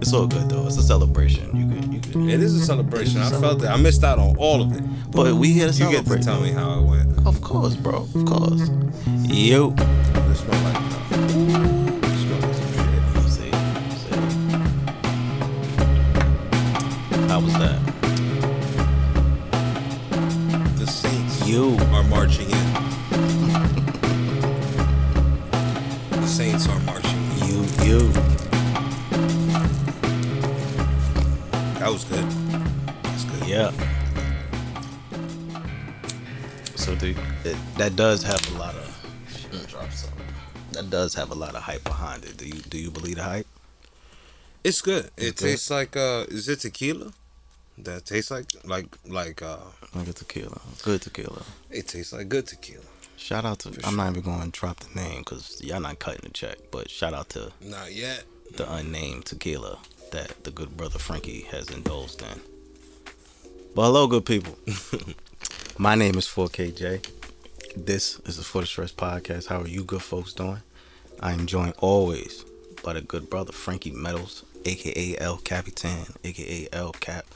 It's all good though. It's a celebration. You could, you could. It Mm-hmm. is a celebration. I felt that. I missed out on all of it. But we here to You get to celebrate. tell me how it went. Of course, bro. Of course. Yo. It smelled like uh, it smelled like Let's see. Let's see. How was that? the Saints You. are marching in. the Saints are marching in. You. You. That was good. That's good. Yeah. So the, that that does have a lot of drop something. That does have a lot of hype behind it. Do you do you believe the hype? It's good. good. It tastes like uh is it tequila? That tastes like like like uh Like a tequila, good tequila. it tastes like good tequila. Shout out to I'm not even going to drop the name because y'all not cutting the check. But shout out to Not yet. the unnamed tequila that the good brother Frankie has indulged in. But hello, good people. My name is 4KJ. This is the For the Stress podcast. How are you, good folks, doing? I am joined always by the good brother Frankie Meadows, aka El Capitan, aka El Cap,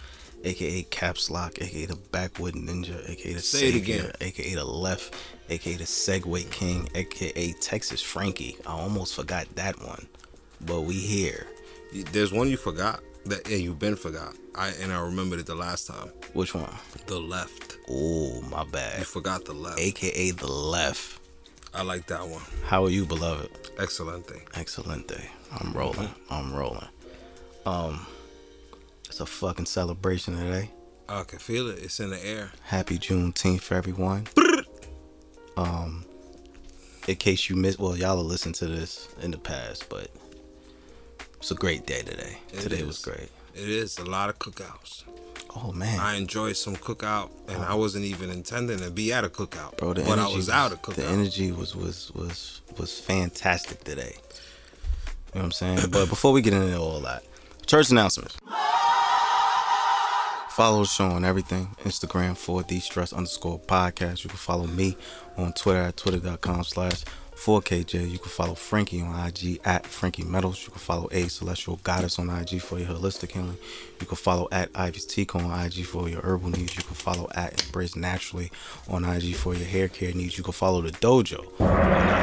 aka Caps Lock, aka the Backwood Ninja, aka the Say Savior, it again. aka the Left, aka the Segway King, aka Texas Frankie. I almost forgot that one, but we here. You- There's one you forgot. That yeah, you've been forgot. I and I remembered it the last time. Which one? The left. Oh, my You bad. forgot the left. AKA the left. I like that one. How are you, beloved? Excellent thing. Excellent day. I'm rolling. I'm rolling. Um, it's a fucking celebration today. I can feel it. It's in the air. Happy Juneteenth for everyone. Um, in case you missed, well, y'all have listened to this in the past, but it's a great day today. It today is. was great. It is a lot of cookouts. Oh man, I enjoyed some cookout, and I wasn't even intending to be at a cookout, bro, the but energy I was out at cookout. The energy was was was was fantastic today. You know what I'm saying? But before we get into all that, church announcements. Follow the show on everything. Instagram for the stress underscore podcast. You can follow me on Twitter at twitter.com slash 4KJ. You can follow Frankie on IG at Frankie Metals. You can follow A Celestial Goddess on IG for your holistic healing. You can follow at Ivy's Tico on IG for your herbal needs. You can follow at Embrace Naturally on IG for your hair care needs. You can follow the dojo on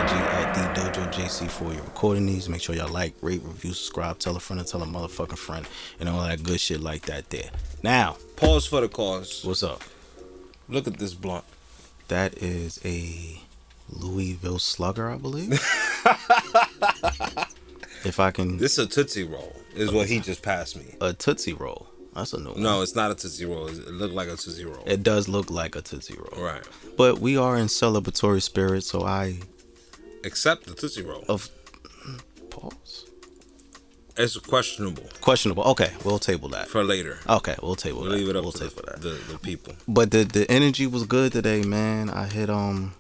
IG at the Dojo JC for your recording needs. Make sure y'all like, rate, review, subscribe, tell a friend, and tell a motherfucking friend, and all that good shit like that there. Now, Pause for the cause. What's up? Look at this blunt. That is a Louisville Slugger, I believe. if I can, This is a Tootsie Roll, is what he just passed me. a Tootsie Roll. That's a new one. No, it's not a Tootsie Roll. It looked like a Tootsie Roll. It does look like a Tootsie Roll. right. But we are in celebratory spirit, so I Except the Tootsie Roll. of pause. It's questionable Questionable. Okay, we'll table that. for later. Okay, we'll table We'll that. leave it up we'll to table that. the, the, the people. but the the energy was good today, man. I hit um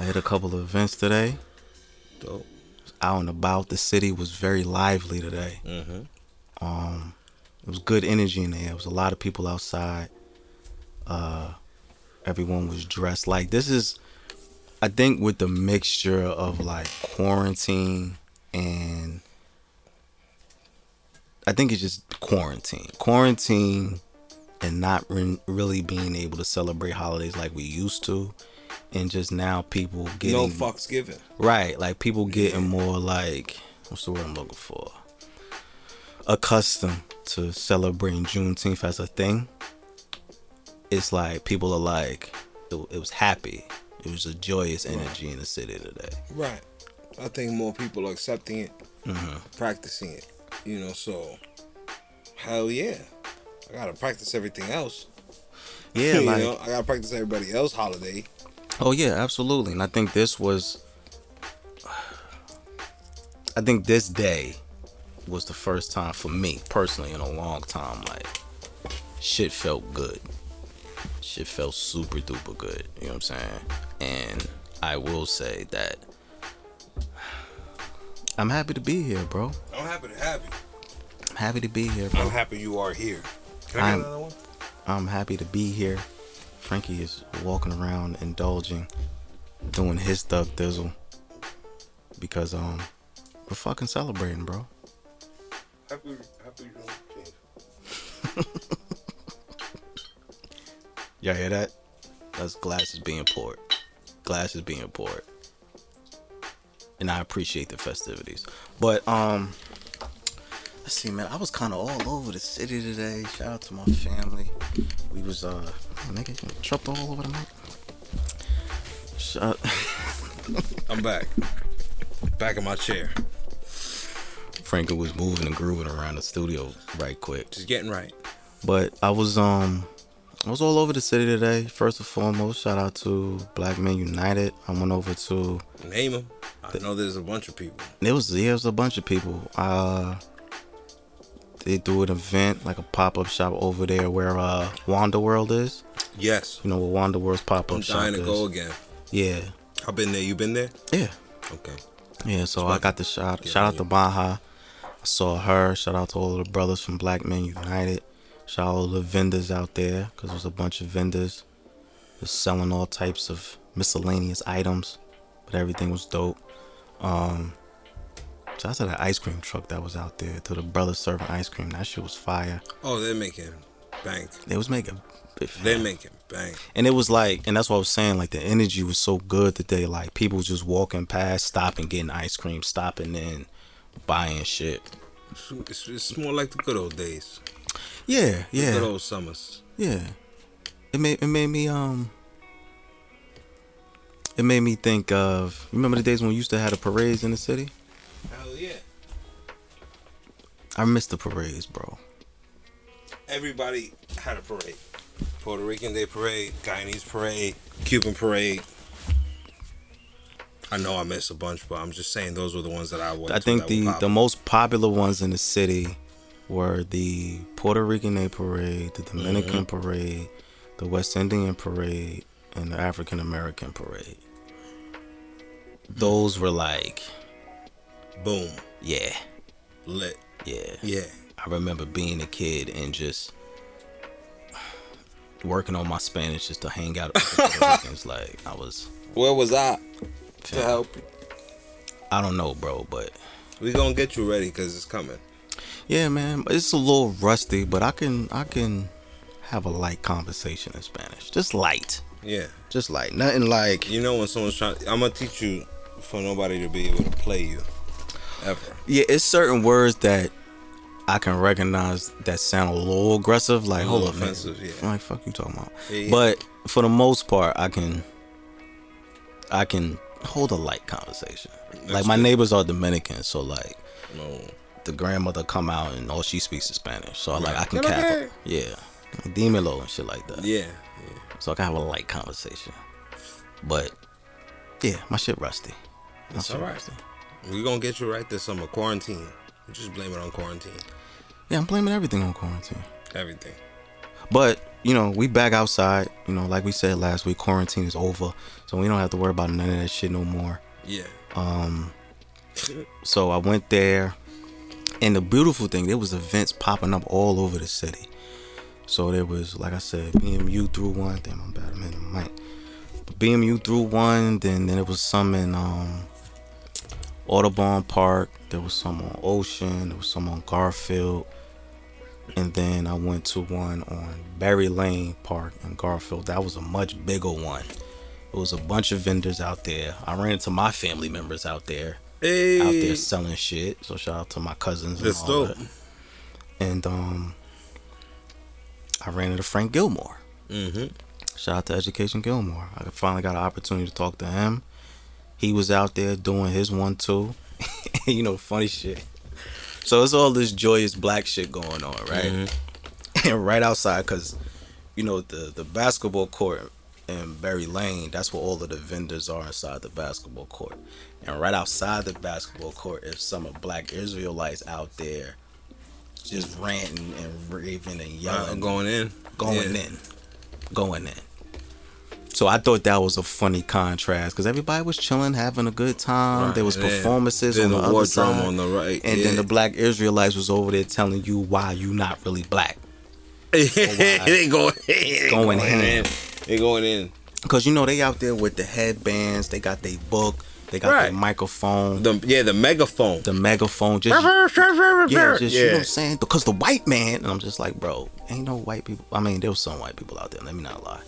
I hit a couple of events today. Dope. Out and about the city was very lively today. Mm-hmm. Um, it was good energy in there. It was a lot of people outside. Uh, everyone was dressed like this is, I think, with the mixture of like quarantine and I think it's just quarantine, quarantine, and not re- really being able to celebrate holidays like we used to, and just now people getting No fucks given. Right, like people getting more like what's the word I'm looking for? Accustomed to celebrating Juneteenth as a thing. It's like people are like, it, it was happy. It was a joyous energy in the city today. Right. I think more people are accepting it, Mm-hmm. practicing it. You know, so hell yeah. I gotta practice everything else. Yeah, you like know, I gotta practice everybody else holiday. Oh yeah, absolutely. And I think this was I think this day was the first time for me personally in a long time like shit felt good. Shit felt super duper good, you know what I'm saying? And I will say that I'm happy to be here, bro. I'm happy to have you. I'm happy to be here, I'm bro. happy you are here. Can I'm- one? I'm happy to be here. Frankie is walking around indulging, doing his thug thizzle. Because um we're fucking celebrating, bro. Happy, happy you don't change. Y'all hear that? That's glasses being poured. Glasses being poured. And I appreciate the festivities. But um let's see man, I was kinda all over the city today. Shout out to my family. We was uh nigga you jumped all over the uh, mic. Shut I'm back. Back in my chair. Franklin was moving and grooving around the studio right quick. Just getting right. But I was um I was all over the city today. First and foremost, shout out to Black Men United. I went over to Name them. I know there's a bunch of people. it was yeah, it was a bunch of people. Uh they do an event like a pop up shop over there where uh Wanda World is. Yes. You know where Wanda World's pop I'm up shop dying to is. go again. Yeah, I've been there. You been there? yeah, Okay. yeah. So I got the shout Yeah, shout out yeah. to Baja. I saw her. Shout out to all of the brothers from Black Men United. Shout out all the vendors out there because there's a bunch of vendors just selling all types of miscellaneous items, but everything was dope. Um, shout out to the ice cream truck that was out there to the brothers serving ice cream. That shit was fire. Oh, they're making bank. They was making. They're making bank. And it was like, and that's what I was saying, like the energy was so good that they like people just walking past, stopping, getting ice cream, stopping and buying shit. It's, it's, it's more like the good old days. Yeah, The yeah, good old summers. yeah. It made it made me um. It made me think of remember the days when we used to have the parades in the city. Hell yeah. I miss the parades, bro. Everybody had a parade. Puerto Rican Day parade, Guyanese parade, Cuban parade. I know I missed a bunch, but I'm just saying those were the ones that I went I to think that the were the popular. most popular ones in the city were the Puerto Rican Day Parade, the Dominican Parade, the West Indian Parade, and the African American Parade. Those were like, boom yeah, lit. yeah. Yeah. I remember being a kid and just working on my Spanish just to hang out with the Puerto Ricans. Like I was, Where was I to help you? I don't know, bro, but We gonna get you ready because it's coming. yeah, man, it's a little rusty, but I can, I can have a light conversation in Spanish, just light. Yeah. Just like nothing like You know when someone's trying, I'm gonna teach you for nobody to be able to play you, ever. yeah, it's certain words that I can recognize that sound a little aggressive, like little hold up, man. offensive, yeah. like fuck you talking about. Yeah, yeah. But for the most part, I can I can hold a light conversation. like my good. neighbors are Dominican, so like No. the grandmother come out and all she speaks is Spanish, so like I can Hello, cap, girl. yeah, like, dímelo and shit like that. Yeah. yeah. So I can have a light conversation. But yeah, my shit rusty. My It's shit all right. We gonna get you right this summer. Quarantine. Just blame it on quarantine. Yeah, I'm blaming everything on quarantine. Everything. But you know, we back outside. You know, like we said last week, quarantine is over, so we don't have to worry about none of that shit no more. Yeah. Uh, So I went there, and the beautiful thing, there was events popping up all over the city. So there was, like I said, BMU through one. Damn, I'm bad. I'm in the mic. BMU through one. Then then it was some in um, Audubon Park. There was some on Ocean. There was some on Garfield. And then I went to one on Berry Lane Park in Garfield. That was a much bigger one. It was a bunch of vendors out there. I ran into my family members out there Hey. out there selling shit. So shout out to my cousins. That's and all dope. That. And um, I ran into Frank Gilmore. Mm-hmm. Shout out to Education Gilmore. I finally got an opportunity to talk to him. He was out there doing his one too. you know, funny shit. So it's all this joyous black shit going on, right? Mm-hmm. And right outside, cause you know the the basketball court in Berry Lane. That's where all of the vendors are inside the basketball court. And right outside the basketball court is some of black Israelites out there, just ranting and raving and yelling I'm going in. going Uh, Yeah. in, going in. So I thought that was a funny contrast because everybody was chilling, having a good time. Right, There was and then- performances then on the, the war other drum side, on the right, and then yeah. the black Israelites was over there telling you why you not really black. they Oh, going in. They Going in. in. They going in. Cause you know they out there with the headbands, they got their book, They got Right. the microphone, the, The yeah, the megaphone. megaphone. Just Uh-huh. yeah, just you know what I'm saying? Because the white man, and I'm just like, bro, ain't no white people. I mean, there was some white people out there. Let me not lie,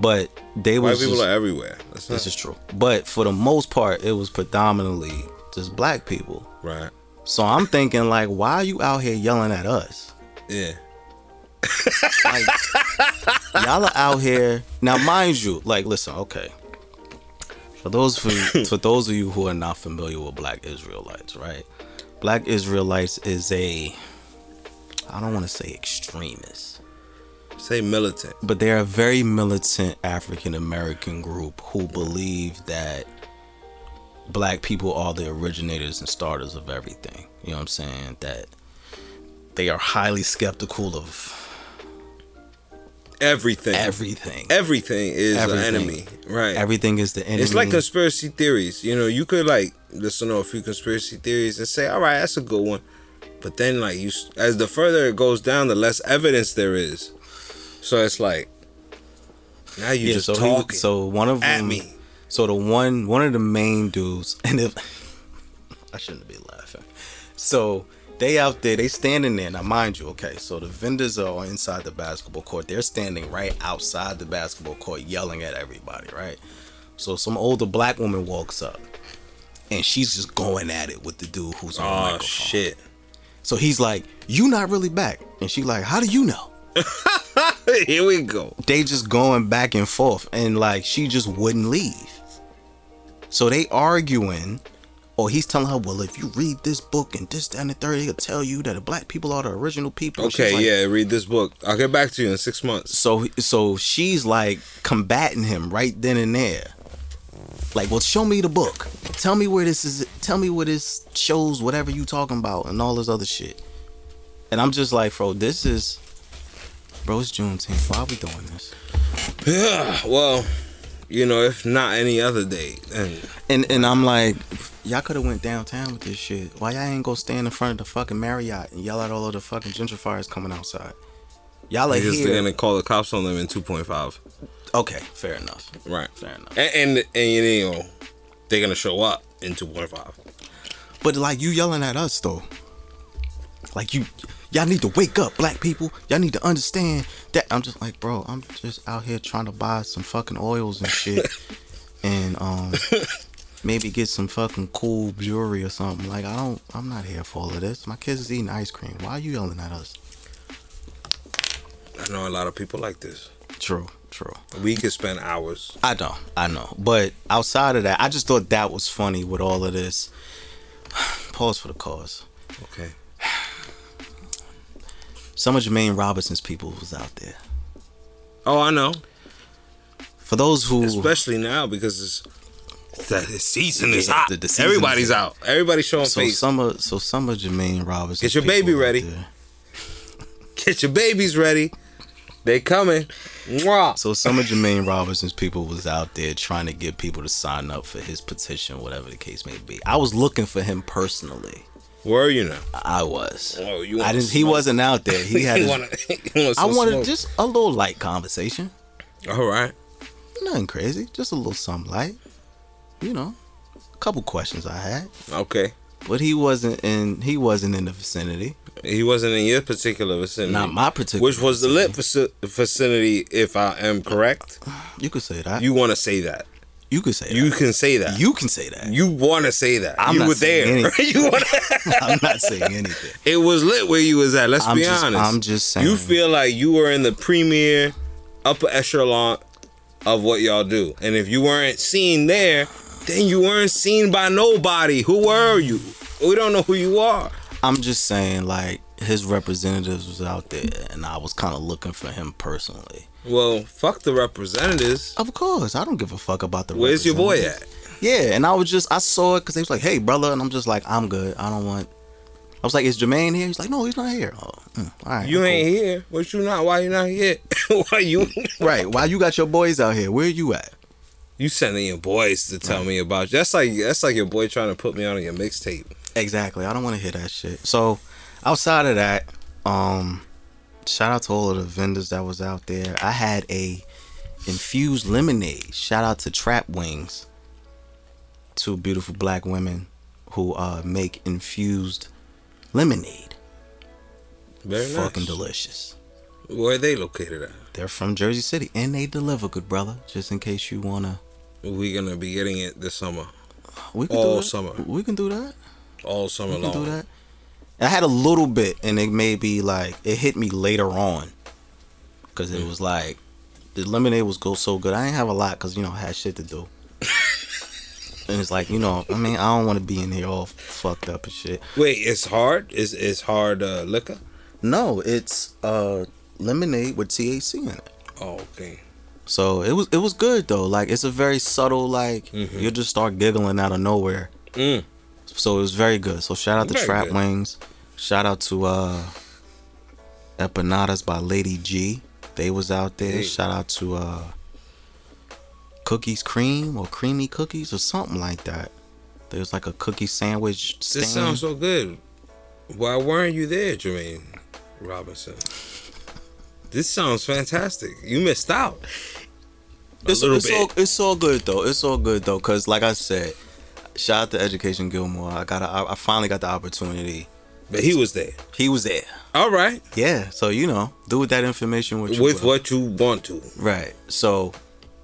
but they White was people just- are everywhere. That's this not, is true. But for the most part, it was predominantly just black people. right. So I'm thinking, like, why are you out here yelling at us? Yeah. Like, y'all are out here now, mind you. Like, listen, okay. For those for, for those of you who are not familiar with Black Israelites, right? Black Israelites is a I don't want to say extremist, Say militant. but they're a very militant African American group who believe that black people are the originators and starters of everything. You know what I'm saying? That they are highly skeptical of Everything. everything. everything is Everything. an enemy. Right. Everything is the enemy. It's like conspiracy theories. You know, you could like listen to a few conspiracy theories and say, "All right, that's a good one," but then like you, s- as the further it goes down, the less evidence there is. So it's like now you yeah, just so, he- talking. so mm. one of at them, me. So the one one of the main dudes, and if I shouldn't be laughing. So they out there, they standing there. Now mind you, okay, so the vendors are inside the basketball court. They're standing right outside the basketball court yelling at everybody, right? So some older black woman walks up and she's just going at it with the dude who's on the oh microphone. shit! So he's like, You not really back. And she like, How do you know? Here we go. they just going back and forth and like she just wouldn't leave so they arguing or he's telling her well if you read this book and this that, and the third it'll tell you that the black people are the original people She's Okay, like- yeah. Read this book. I'll get back to you in six months. so so she's like combating him right then and there like well show me the book tell me where this is tell me where this shows whatever you talking about and all this other shit and i'm just like bro this is bro it's juneteenth why are we doing this well, you know, if not any other day, then And and I'm like, y'all could have went downtown with this shit. Why y'all ain't go stand in front of the fucking Marriott and yell at all of the fucking gentrifiers coming outside? Y'all are you're just here. gonna call the cops on them in two point five. Okay, fair enough. Right. Fair enough. And and, and you know, they're gonna show up in two point five. But like you yelling at us though. Like you y'all need to wake up, black people. Y'all need to understand that I'm just like, bro, I'm just out here trying to buy some fucking oils and shit. and um maybe get some fucking cool jewelry or something. Like I don't I'm not here for all of this. My kids is eating ice cream. Why are you yelling at us? I know a lot of people like this. True, true. We could spend hours. I know, I know. But outside of that, I just thought that was funny with all of this. Pause for the cause. Okay. Some of Jermaine Robinson's people was out there. Oh, I know. For those who Especially now because it's the, the season is Yeah, hot. the- the season Everybody's is- out. Everybody's showing so face. some of so some of Jermaine Robinson's Get your baby people out ready. there. Get your babies ready. They coming. Mwah. So some of Jermaine Robinson's people was out there trying to get people to sign up for his petition, whatever the case may be. I was looking for him personally. Where are you now? I was. Oh, you I wanna didn't. He smoke. wasn't out there. He had. you his, wanna, you want I some wanted smoke? just a little light conversation. All right. Nothing crazy, just a little something light. You know, a couple questions I had, Okay. but he wasn't in. He wasn't in the vicinity. He wasn't in your particular vicinity. Not my particular. Mm. Which was the lit vici- vicinity, if I am correct. You could say that. You, You want to say that. could say You that. can say that. You, You can say that. want to say that. I'm you not were saying there. you want I'm not saying anything. It was lit where you was at. Let's I'm be just- honest. I'm just saying. You feel like you were in the premier, upper echelon of what y'all do, and if you weren't seen there, then you weren't seen by nobody. Who were you? We don't know who you are. I'm just saying, like his representatives was out there, and I was kind of looking for him personally. Well, fuck the representatives. Of course, I don't give a fuck about the. Where's your boy at? representatives. Yeah, and I was just I saw it because they was like, "Hey, brother," and I'm just like, "I'm good. I don't want." I was like, "Is Jermaine here?" He's like, "No, he's not here." Oh, mm, all right, You cool. ain't here. What you not? Why you not here? Why you? Right. Why you got your boys out here? Where you at? You sending your boys to tell me about you. That's like that's like your boy trying to put me on your mixtape. Exactly. I don't want to hear that shit. So, outside of that, um, shout out to all of the vendors that was out there. I had a infused lemonade. Shout out to Trap Wings. two beautiful black women who uh, make infused lemonade. Very nice. Fucking delicious. Where they located at? They're from Jersey City and they deliver, good brother. Just in case you wanna, We gonna be getting it this summer, we can do All that. summer. We can do that. all summer We can do long. that. I had a little bit, and it may be like it hit me later on, because Mm. it was like the lemonade was go so good. I didn't have a lot because you know I had shit to do, and it's like you know I mean I don't want to be in here all fucked up and shit. Wait, it's hard. Is it's hard uh, liquor? No, it's uh lemonade with THC in it. Oh, okay. So it was it was good though. Like it's a very subtle like you just start giggling out of nowhere. Mm-hmm. Mm. So it was very good. So shout out to Very Trap good. Wings. Shout out to uh Empanadas by Lady G. They was out there. Hey. Shout out to uh Cookies Cream or Creamy Cookies or something like that. There was like a cookie sandwich stand. This sounds so good. Why weren't you there, Jermaine Robinson? This sounds fantastic. You missed out. A it's, little it's bit. All, it's all good though. It's all good though, cause like I said, shout out to Education Gilmore. I got a, I, I finally got the opportunity. But he was there. He was there. All right. Yeah. So you know, do with that information what you With will. what you want to. Right. So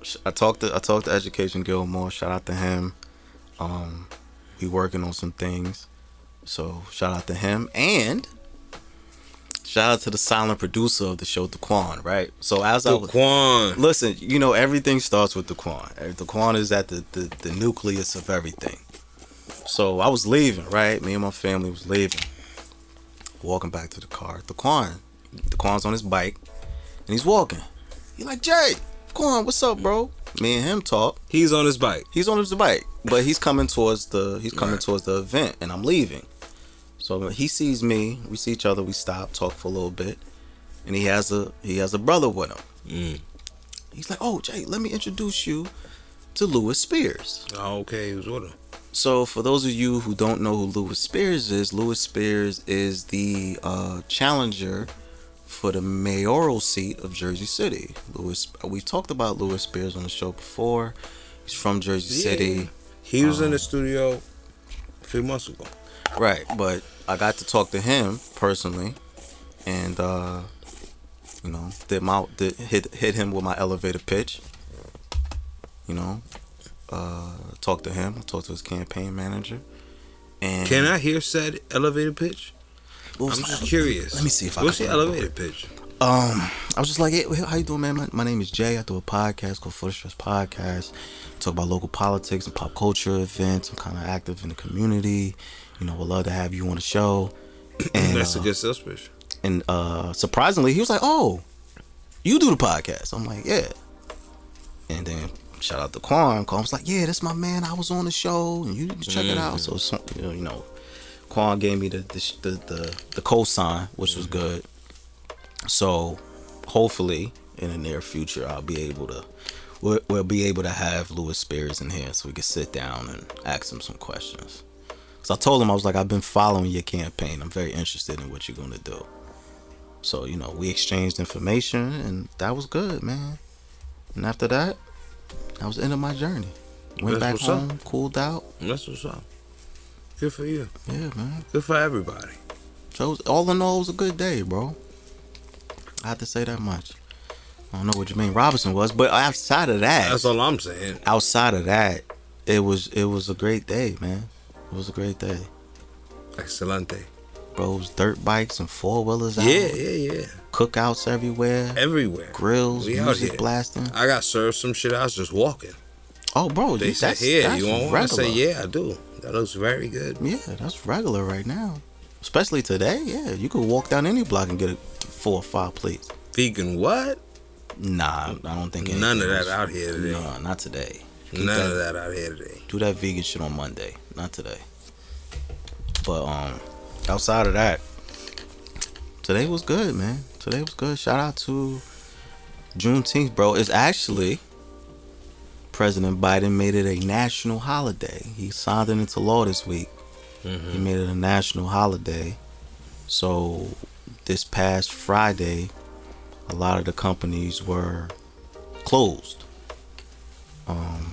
sh- I talked to I talked to Education Gilmore. Shout out to him. Um, we working on some things. So shout out to him and shout out to the silent producer of the show, Daquan. Right. So as I was Daquan. Listen, you know everything starts with the Quan. The Quan is at the, the the nucleus of everything. So I was leaving, right? Me and my family was leaving. Walking back to the car, the Quan, the Quan's on his bike, and he's walking. He like Jay, Quan, what's up, bro? Me and him talk. He's on his bike. He's on his bike, but he's coming towards the he's coming Right. towards the event, and I'm leaving. So he sees me. We see each other. We stop, talk for a little bit, and he has a he has a brother with him. Mm. He's like, oh, Jay, let me introduce you to Lewis Spears. Oh, okay. He was with him. So, for those of you who don't know who Lewis Spears is, Lewis Spears is the uh, challenger for the mayoral seat of Jersey City. Lewis, we talked about Lewis Spears on the show before. He's from Jersey Yeah. City, He was Uh-huh. in the studio a few months ago. right? But I got to talk to him personally, and uh, you know, did my did, hit hit him with my elevator pitch. You know, uh, talked to him, talked to his campaign manager, and Can I hear said elevator pitch? What I'm was my just ele- curious. Let me see if I What's can your remember. elevator pitch? Um, I was just like, hey, how you doing, man? My, my name is Jay. I do a podcast called Full Stress Podcast. Talk about local politics and pop culture events. I'm kind of active in the community. You know, would love to have you on the show. And, That's uh, a good sales pitch. and uh, surprisingly, he was like, "Oh, you do the podcast." I'm like, "Yeah." And then shout out to Quan. Quan was like, "Yeah, that's my man. I was on the show, and you need to check it out." So some, you know, Quan gave me the the sh- the, the, the cosign, which was Mm-hmm. good. So hopefully, in the near future, I'll be able to. We'll, we'll be able to have Lewis Spears in here so we can sit down and ask him some questions. So I told him I was like, I've been following your campaign. I'm very interested in what you're gonna do. So, you know, we exchanged information and that was good, man. And after that, that was the end of my journey. Went That's back what's up. home, cooled out. That's what's up. Good for you. Yeah, man. Good for everybody. So it was- all in all, it was a good day, bro. I have to say that much. I don't know what Jermaine Robinson was, but outside of that, That's all I'm saying. outside of that, it was it was a great day, man. It was a great day, Excelente. bro. It was dirt bikes and four wheelers out, Yeah, yeah, yeah. cookouts everywhere, Everywhere. grills, We out music here. blasting. I got served some shit. I was just walking. Oh, bro, They you, said, that's, "Here, that's you want one?" I regular. say, "Yeah, I do." That looks very good. Yeah, that's regular right now. Especially today, yeah. You could walk down any block and get a four or five plates. Vegan what? Nah, I don't think anything None of that was- out here today. Nah, not today. Keep None that- of that out here today. Do that vegan shit on Monday, not today. But um, outside of that, today was good, man. Today was good. Shout out to Juneteenth, bro. It's actually President Biden made it a national holiday. He signed it into law this week. He made it a national holiday. So this past Friday, a lot of the companies were closed. Um,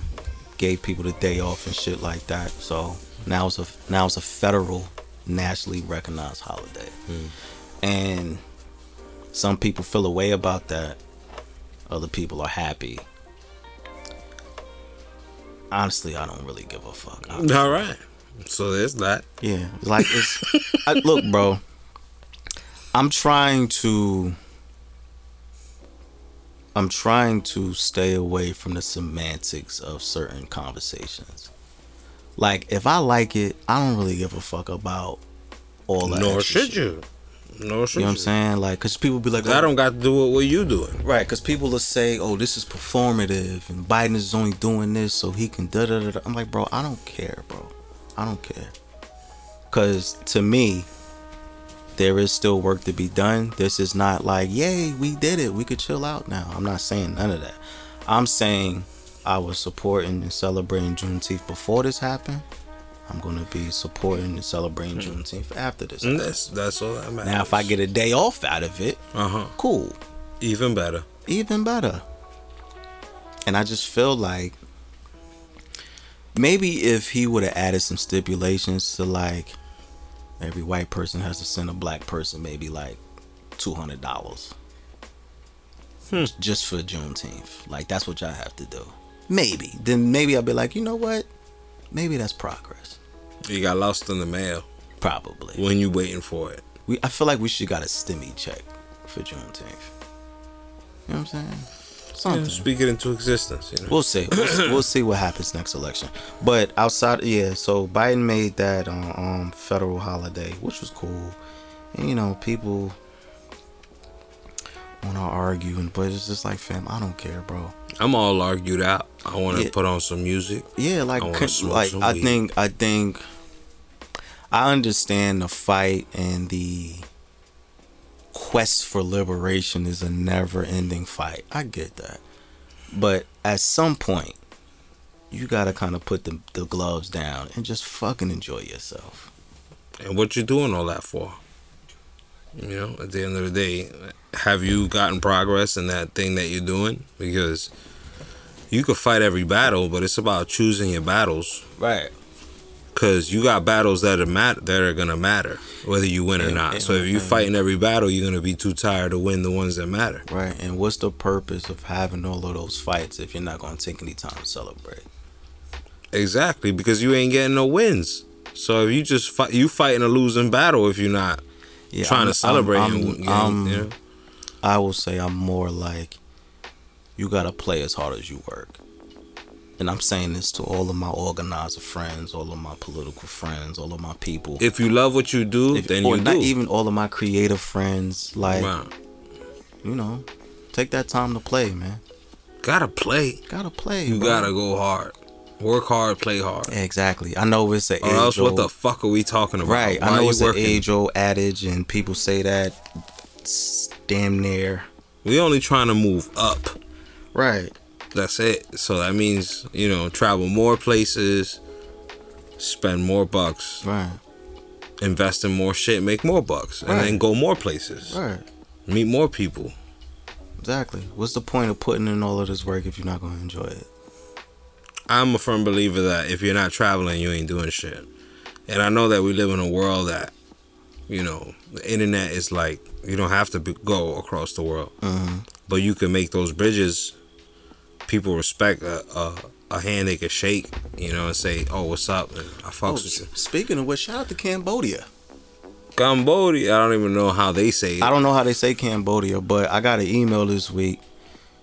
gave people the day off and shit like that. So now it's a now it's a federal, nationally recognized holiday, and some people feel a way about that. Other people are happy. Honestly, I don't really give a fuck. I- All right. So there's that. yeah, like it's I, look, bro. I'm trying to. I'm trying to stay away from the semantics of certain conversations. Like, if I like it, I don't really give a fuck about all that. Nor extra should shit. you. Nor You should know what I'm you. saying? Like, cause people be like, oh, I don't got to do it what you doing. Right, because people will say, "Oh, this is performative," and Biden is only doing this so he can da da da. da." I'm like, bro, I don't care, bro. I don't care. Because to me, there is still work to be done. This is not like, "Yay, we did it. We could chill out now." I'm not saying none of that. I'm saying I was supporting and celebrating Juneteenth before this happened. I'm gonna be supporting and celebrating Juneteenth after this. And that's that's all that matters. Now, if I get a day off out of it, uh huh, cool even better. even better. And I just feel like maybe if he would have added some stipulations to like every white person has to send a black person maybe like two hundred dollars just for Juneteenth. Like that's what y'all have to do. Maybe then maybe I'll be like, you know what? Maybe that's progress. You got lost in the mail Probably. when you waiting for it. We I feel like we should got a stimmy check for Juneteenth. You know what I'm saying? Something. Speak it into existence. You know. We'll see. We'll see- we'll see what happens next election. But outside, yeah. So Biden made that um, um, federal holiday, which was cool. And you know, people want to argue, and but it's just like, fam, I don't care, bro. I'm all argued out. I want to Yeah. put on some music. Yeah, like, I wanna con- smoke like some I weed. think, I think, I understand the fight and the quest for liberation is a never-ending fight. I get that, but at some point, you gotta kind of put the the gloves down and just fucking enjoy yourself. And what you doing all that for? You know, at the end of the day, have you gotten progress in that thing that you're doing? Because you could fight every battle, but it's about choosing your battles. Right. Cause you got battles that are mat- that are gonna matter whether you win or And- not. and- so if you fight in every battle, you're gonna be too tired to win the ones that matter. Right. And what's the purpose of having all of those fights if you're not gonna take any time to celebrate? Exactly, because you ain't getting no wins. So if you just fight, you fighting a losing battle if you're not Yeah, trying I'm- to celebrate. I'm- and I'm- win- you I'm- know? I will say I'm more like you gotta play as hard as you work. And I'm saying this to all of my organizer friends, all of my political friends, all of my people. If you love what you do, If- then or you not do. even all of my creative friends, like Right. you know, take that time to play, man. Gotta play. Gotta play. You bro. gotta go hard. Work hard, play hard. exactly. I know it's an Or age else, what old- the fuck are we talking about? Right. Why I know you it's an age old adage, and people say that s- damn near. We only trying to move up. Right. That's it. So that means you know travel more places, spend more bucks, Right. invest in more shit, make more bucks, and Right. then go more places, Right. meet more people. Exactly. What's the point of putting in all of this work if you're not going to enjoy it? I'm a firm believer that if you're not traveling, you ain't doing shit. And I know that we live in a world that, you know, the internet is like you don't have to be, go across the world, but you can make those bridges. People respect a, a, a hand they can shake, you know, and say, "Oh, what's up?" And I fucks with you. Oh, speaking of which, shout out to Cambodia. Cambodia. I don't even know how they say it. I don't know how they say Cambodia, but I got an email this week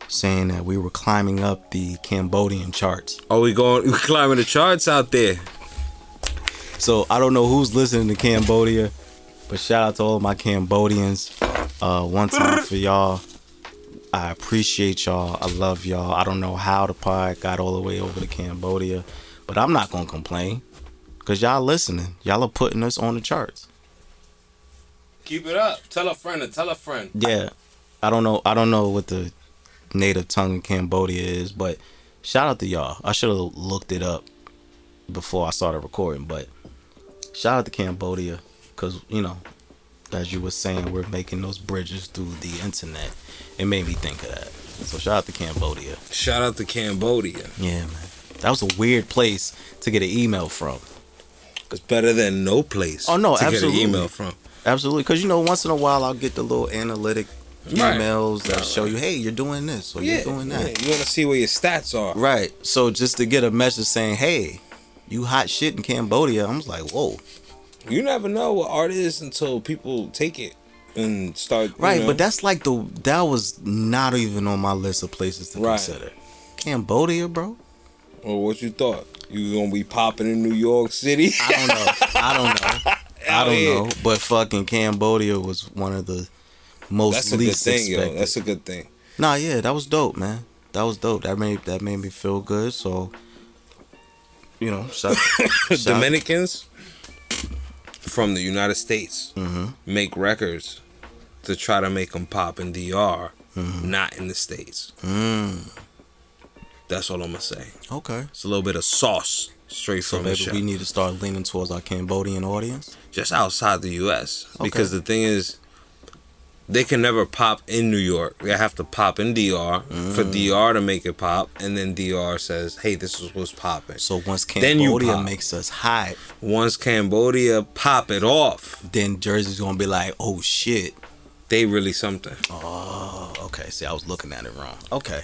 saying that we were climbing up the Cambodian charts. Are we going? We climbing the charts out there? So I don't know who's listening to Cambodia, but shout out to all of my Cambodians. Uh, one time for y'all. I appreciate y'all. I love y'all. I don't know how the pod got all the way over to Cambodia, but I'm not gonna complain because y'all listening. Y'all are putting us on the charts. Keep it up. Tell a friend. To tell a friend. Yeah, I don't know. I don't know what the native tongue in Cambodia is, but shout out to y'all. I should have looked it up before I started recording, but shout out to Cambodia because you know, as you were saying, we're making those bridges through the internet. It made me think of that. So shout out to Cambodia. Shout out to Cambodia. Yeah, man. That was a weird place to get an email from. It's better than no place. Oh, no, to absolutely. get an email from. Absolutely, because you know, once in a while, I'll get the little analytic Right. emails that Right, show you, hey, you're doing this or you're doing that. yeah, you want to see where your stats are. Right. So just to get a message saying, "Hey, you hot shit in Cambodia," I'm just like, "Whoa." You never know what art is until people take it and start. you Right, know. but that's like the that was not even on my list of places to Right. consider. Cambodia, bro. Or what you thought? You gonna be popping in New York City? I don't know. I don't know. I Hell don't yeah. know. But fucking Cambodia was one of the most That's a good least thing, expected. yo. That's a good thing. Nah, yeah, that was dope, man. That was dope. That made that made me feel good. So, you know, shout, shout- Dominicans from the United States Mm-hmm. make records to try to make them pop in doctor not in the States. Mm-hmm. Mm, That's all I'm gonna say. okay. It's a little bit of sauce straight So from the maybe chef. we need to start leaning towards our Cambodian audience. just outside the U.S. Okay. Because the thing is, they can never pop in New York. They have to pop in DR for DR to make it pop, and then DR says, "Hey, this is what's popping." So once Then you Cambodia pop. makes us hot, Once Cambodia pop it off, then Jersey's gonna be like, "Oh shit." they really something. Oh, okay. See, I was looking at it wrong. Okay.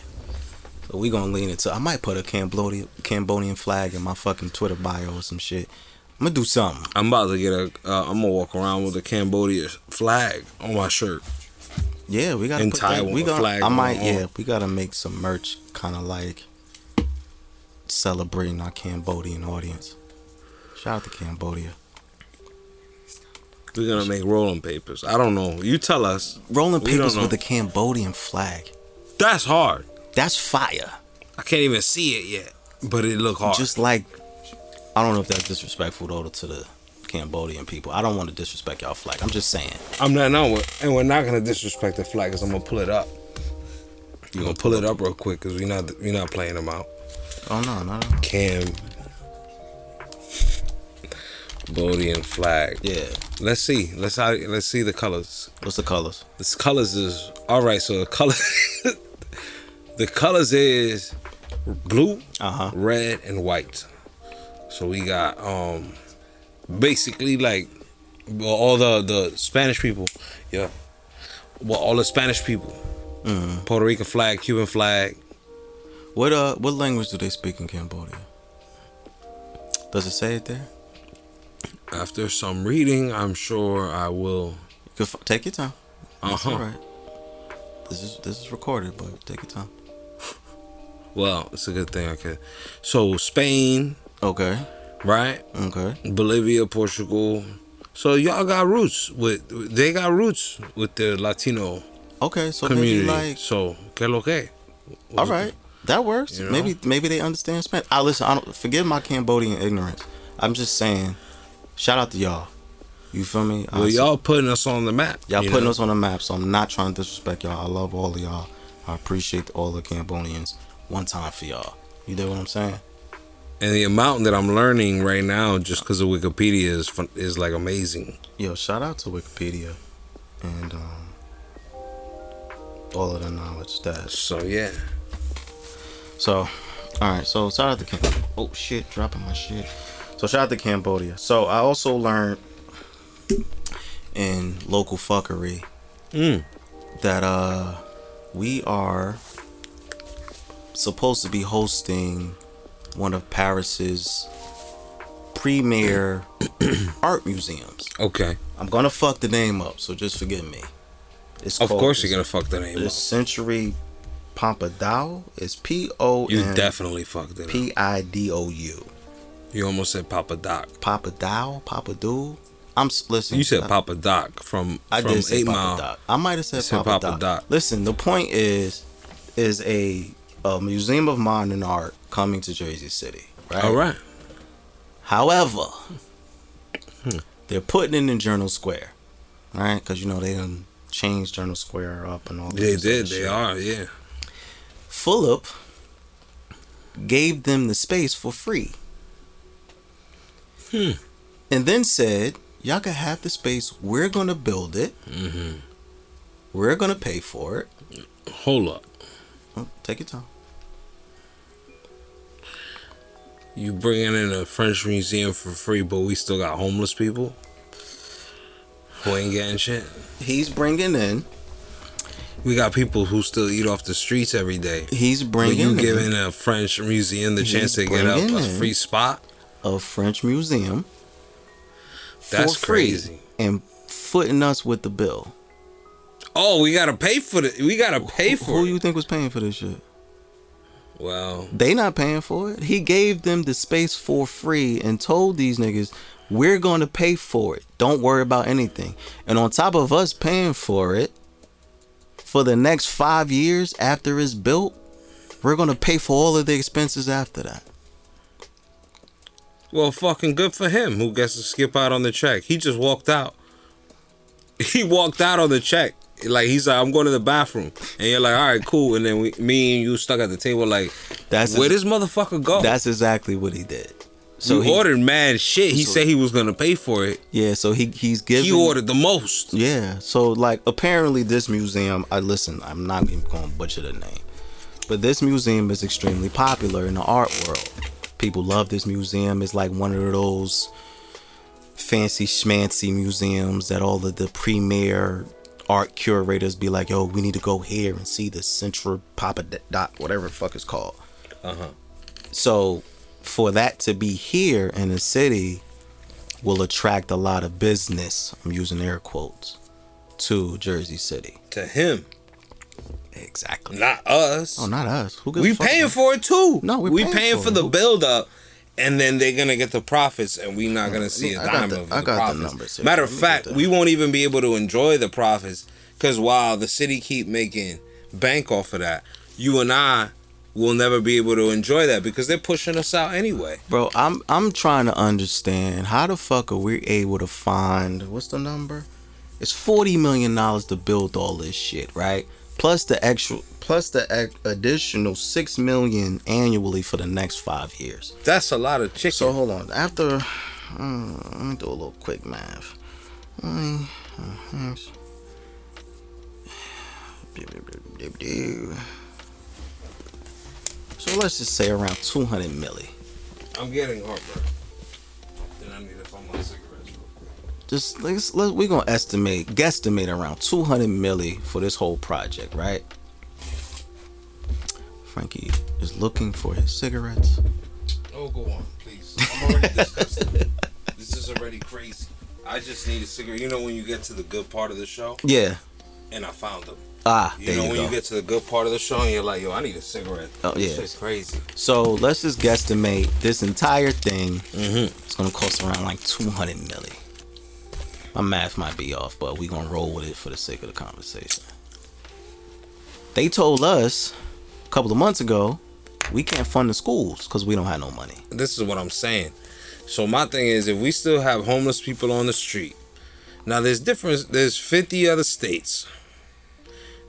So we gonna lean into. I might put a Cambodian Cambodian flag in my fucking Twitter bio or some shit. I'm gonna do something. I'm about to get a. Uh, I'm gonna walk around with a Cambodia flag on my shirt. Yeah, we gotta And put tie that- one we gonna, flag I on might. our Yeah, arm. we gotta make some merch, kind of like celebrating our Cambodian audience. Shout out to Cambodia. We're gonna make rolling papers. I don't know. You tell us. Rolling We don't papers know. with a Cambodian flag. That's hard. That's fire. I can't even see it yet, but it look hard. just like I don't know if that's disrespectful though to the Cambodian people. I don't want to disrespect y'all flag. I'm just saying. I'm not no one, and we're not gonna disrespect the flag because I'm gonna pull it up. You gonna pull it up real quick because we not we not playing them out. Oh no, no, no. Cam, Bodian flag. Yeah. Let's see. Let's how- let's see the colors. What's the colors? This colors is all right. So the color, the colors is blue, Uh huh. red, and white. So we got um basically like well, all the the Spanish people. Yeah. Well, all the Spanish people. Mm-hmm. Puerto Rican flag, Cuban flag. What uh, what language do they speak in Cambodia? Does it say it there? After some reading, I'm sure I will. You can f- take your time. Uh That's all huh. right. This is this is recorded, but take your time. Well, it's a good thing I could. So Spain, Okay. right? Okay. Bolivia, Portugal. So y'all got roots with they got roots with the Latino Okay. So community. maybe like, so que lo que? all right, that works. You know? Maybe maybe they understand Spanish. I listen. I don't forgive my Cambodian ignorance. I'm just saying. Shout out to y'all. You feel me? I Well, s- y'all putting us on the map. Y'all you putting know? us on the map, so I'm not trying to disrespect y'all. I love all of y'all. I appreciate all the Cambodians. One time for y'all. You know what I'm saying? and the amount that I'm learning right now just because of Wikipedia is fun, is like amazing. Yo, shout out to Wikipedia and um, all of the knowledge that. So yeah, So, all right. So shout out to Cam. Oh shit, dropping my shit. So shout out to Cambodia. So I also learned in local fuckery Mm. that uh we are supposed to be hosting one of Paris's premier art museums. okay. I'm gonna fuck the name up, so just forgive me. It's Of called- course you're gonna fuck the name the up. Century Pompidou is P O You N definitely fucked it up. P I D O U. You almost said Papa Doc. Papa Dow, Papa Doo. I'm s- listen. You said I- Papa Doc from I from did say Eight Papa Mile. Doc. I might have said, You said Papa, Doc. Papa Doc. Listen, the point is, is a, a museum of modern art coming to Jersey City, right? All right. However, Hmm. they're putting it in Journal Square, right? Because you know they done changed Journal Square up and all. They this other did. They shit. are. Yeah. Fulop gave them the space for free. Hmm. And then said, Y'all can have the space. We're going to build it. Mm-hmm. We're going to pay for it. Hold up. Oh, take your time. you bringing in a French museum for free, but we still got homeless people who ain't getting shit. He's bringing in. We got people who still eat off the streets every day. He's But bringing you in giving a French museum the He's chance to get up bringing a in- free spot? a French museum. That's for free crazy. And footing us with the bill. Oh, we gotta pay for it. We gotta pay for Who it. you think was paying for this shit? well, They not paying for it. He gave them the space for free and told these niggas, "We're going to pay for it. Don't worry about anything." And on top of us paying for it, for the next 5 years after it's built, we're going to pay for all of the expenses after that. well, fucking good for him who gets to skip out on the check. He just walked out. He walked out on the check. Like he's like, I'm going to the bathroom, and you're like, all right, cool. And then we, me and you stuck at the table, like, That's where this motherfucker go? that's exactly what he did. So you he, ordered mad shit. He So- said he was gonna pay for it. yeah, so he he's giving He ordered the most. Yeah. So like apparently this museum, I listen, I'm not even going to butcher the name. But this museum is extremely popular in the art world. People love this museum. It's like one of those fancy schmancy museums that all of the premier art curators be like, "Yo, we need to go here and see the Central Papa Dot, whatever the fuck it's called." Uh-huh. So for that to be here in the city will attract a lot of business. I'm using air quotes to Jersey City. To him, Exactly. not us. Oh, not us. Who gives a we fuck paying about- for it too. No, we we paying paying, for for it. the build up, and then they're gonna get the profits, and we not gonna see a I got dime the- of I the got the profits. numbers here. Matter of Let me get fact, that. we won't even be able to enjoy the profits because while the city keep making bank off of that, you and I will never be able to enjoy that because they're pushing us out anyway. Bro, I'm I'm trying to understand how the fuck are we able to find what's the number? It's forty million dollars to build all this shit, right? Plus the extra, plus the ex- additional six million annually for the next five years. That's a lot of chicken. So hold on. After, mm, let me do a little quick math. Mm, uh, yes. So let's just say around 200 milli. I'm getting heartburn. Then I need to find my cigarettes real quick. Just let's, let we're gonna estimate, guesstimate around 200 milli for this whole project, right? Frankie is looking for his cigarettes. Oh, go on, please. I'm already disgusted. this is already crazy. I just need a cigarette. You know when you get to the good part of the show, Yeah. and I found them. Ah, You there know you when go. you get to the good part of the show, and you're like, yo, I need a cigarette. Oh, This yeah. shit's crazy. So let's just guesstimate this entire thing. Mhm. It's gonna cost around like 200 milli. My math might be off, but we gonna roll with it for the sake of the conversation. They told us a couple of months ago we can't fund the schools because we don't have no money. This is what I'm saying. So my thing is, if we still have homeless people on the street, now there's difference. There's 50 other states.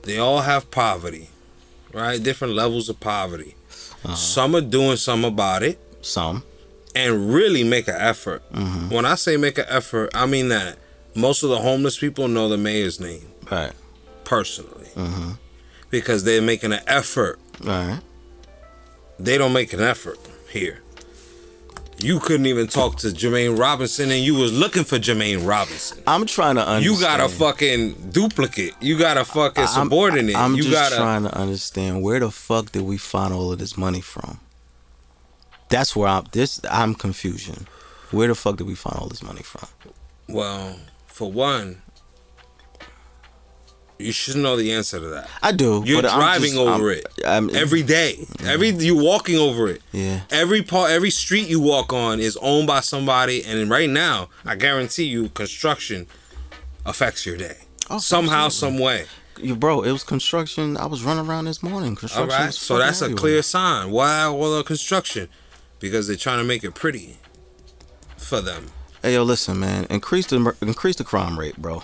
They all have poverty, right? Different levels of poverty. Uh-huh. Some are doing some about it. Some. and really make an effort. Mm-hmm. When I say make an effort, I mean that most of the homeless people know the mayor's name Right. personally Mm-hmm. because they're making an effort. Right. They don't make an effort here. You couldn't even talk to Jermaine Robinson, and you was looking for Jermaine Robinson. I'm trying to understand. You got a fucking duplicate. You got a fucking I'm- subordinate. I'm, you just got a trying to understand where the fuck did we find all of this money from? That's where I'm. This I'm confusion. Where the fuck did we find all this money from? well. For one, you should know the answer to that. I do. You're but I'm driving just- over I'm- it I'm- every day. Every you walking over it. Yeah. Every part, every street you walk on is owned by somebody, and right now, I guarantee you, construction affects your day Oh, somehow, some absolutely. way. You- bro, it was construction. I was running around this morning. All Construction. right, was so fucking that's a everywhere. clear sign. Why all the construction? Because they're trying to make it pretty for them. Hey yo, listen, man. Increase the mur- increase the crime rate, bro.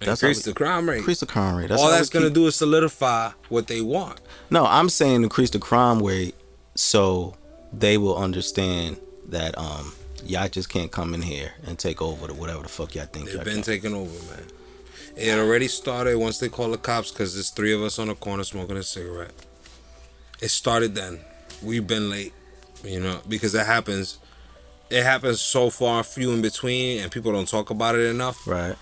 That's how Increase we- the crime rate. Increase the crime rate. That's all how we that's gonna keep- do is solidify what they want. No, I'm saying increase the crime rate so they will understand that um y'all just can't come in here and take over to whatever the fuck y'all think. They've Y'all been can. taken over, man. It already started once they called the cops because there's three of us on the corner smoking a cigarette. It started then. We've been late. you know, because it happens. It happens so far few in between, and people don't talk about it enough. Right.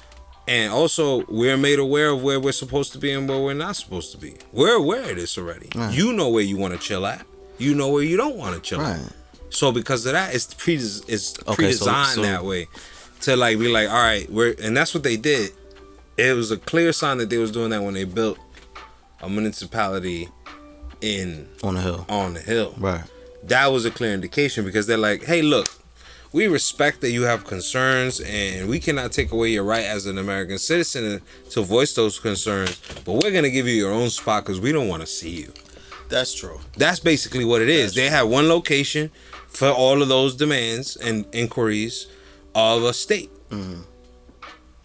And also, we're made aware of where we're supposed to be and where we're not supposed to be. We're aware of this already. Right. You know where you want to chill at. You know where you don't want to chill Right. at. So because of that, it's pre it's so- pre-designed so- that way to like be like, all right, we're and that's what they did. It was a clear sign that they was doing that when they built a municipality in On the hill. on the hill. Right. That was a clear indication because they're like, hey, look, we respect that you have concerns and we cannot take away your right as an American citizen to voice those concerns, but we're gonna give you your own spot because we don't want to see you. That's true. That's basically what it is. They had one location for all of those demands and inquiries of a state.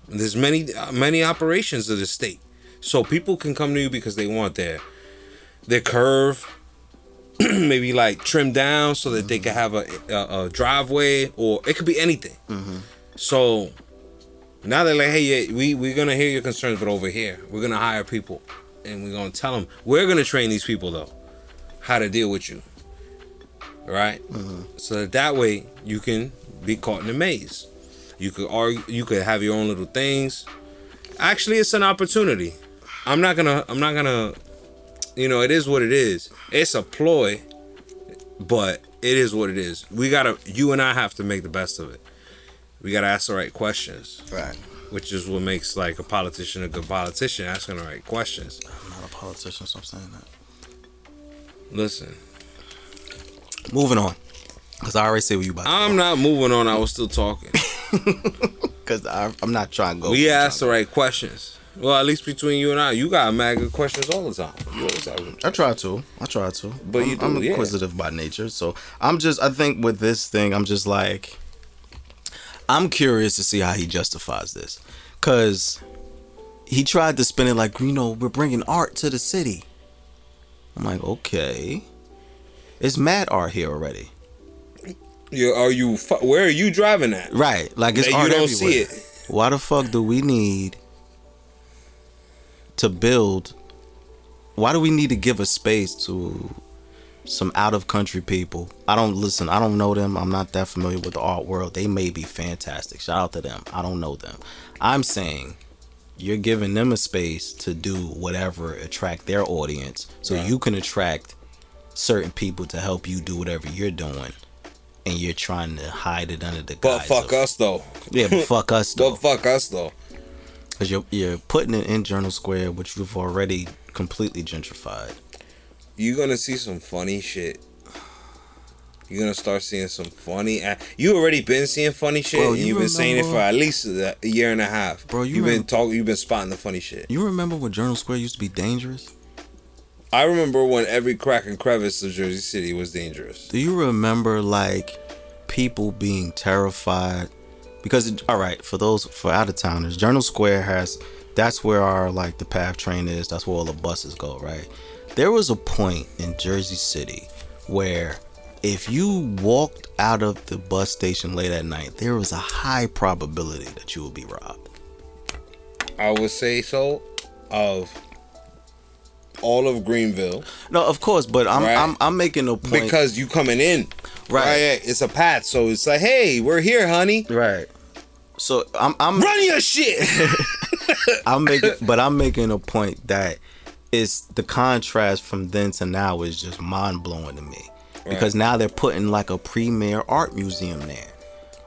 There's many uh, many operations of the state, so people can come to you because they want their their curve, maybe like trimmed down so that they can have a, a, a driveway or it could be anything. So now they're like, hey, yeah, we we're gonna hear your concerns, but over here we're gonna hire people and we're gonna tell them we're gonna train these people though how to deal with you. Right? So that, that way you can be caught in a maze. You could argue you could have your own little things. Actually it's an opportunity. I'm not gonna I'm not gonna you know, it is what it is. It's a ploy, but it is what it is. We gotta you and I have to make the best of it. We gotta ask the right questions, Right. which is what makes like a politician a good politician, asking the right questions. I'm not a politician, so I'm saying that. Listen. Moving on. Because I already see what you about. I'm not moving on, I was still talking. Because I'm not trying to go. We ask the right questions. Well, at least between you and I, you got mad good questions all the time. You always have them. I try to. I try to. But I'm, you do, I'm yeah. inquisitive by nature, so I'm just. I think with this thing, I'm just like. I'm curious to see how he justifies this, cause he tried to spin it like you know we're bringing art to the city. I'm like, okay, it's mad art here already, You, are you? fu- Where are you driving at? right? Like it's That you art don't everywhere. see it. Why the fuck do we need to build? Why do we need to give a space to some out of country people? I don't listen. I don't know them. I'm not that familiar with the art world. They may be fantastic. Shout out to them. I don't know them. I'm saying you're giving them a space to do whatever attract their audience, so you can attract certain people to help you do whatever you're doing. And you're trying to hide it under the But guise fuck of- us though. Yeah, but fuck us though. But fuck us though. Because you're, you're putting it in Journal Square, which you've already completely gentrified. You're gonna see some funny shit. You're gonna start seeing some funny. a- You already been seeing funny shit. Bro, and you you've been saying it for remember- at least a a year and a half. Bro, you have been remember- talking. You've been spotting the funny shit. You remember when Journal Square used to be dangerous? I remember when every crack and crevice of Jersey City was dangerous. Do you remember, like, people being terrified? Because, it- all right, for those for out of towners, Journal Square has that's where our, like, the PATH train is, that's where all the buses go, right? There was a point in Jersey City where if you walked out of the bus station late at night, there was a high probability that you would be robbed. I would say so of all of Greenville. No, of course, but I'm Right. I'm, I'm making a point because you coming in Right. it's a path so it's like hey we're here honey right. So I'm I'm run your shit I'm making but I'm making a point that it's the contrast from then to now is just mind blowing to me because now they're putting like a premier art museum there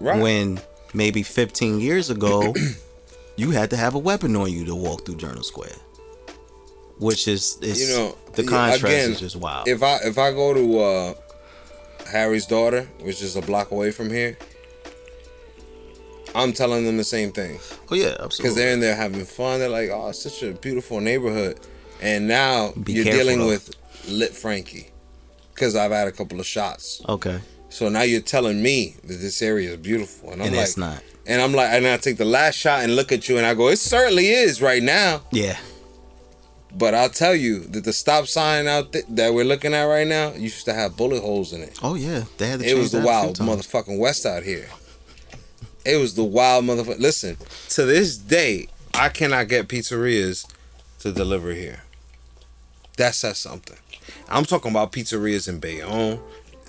right when maybe 15 years ago you had to have a weapon on you to walk through Journal Square, which is is you know the yeah, contrast again, is just wild. if i if i go to uh harry's daughter which is a block away from here i'm telling them the same thing oh yeah, because absolutely. they're in there having fun they're like oh it's such a beautiful neighborhood and now Be you're careful, dealing though. with lit frankie because i've had a couple of shots Okay, so now you're telling me that this area is beautiful and i'm and like it's not. And I'm like, and I take the last shot and look at you and I go, it certainly is right now. Yeah, But I'll tell you that the stop sign out th- that we're looking at right now used to have bullet holes in it. Oh yeah, they had to It change was the that a few wild times. motherfucking West out here. It was the wild motherfucker. Listen, to this day, I cannot get pizzerias to deliver here. That says something. I'm talking about pizzerias in Bayonne,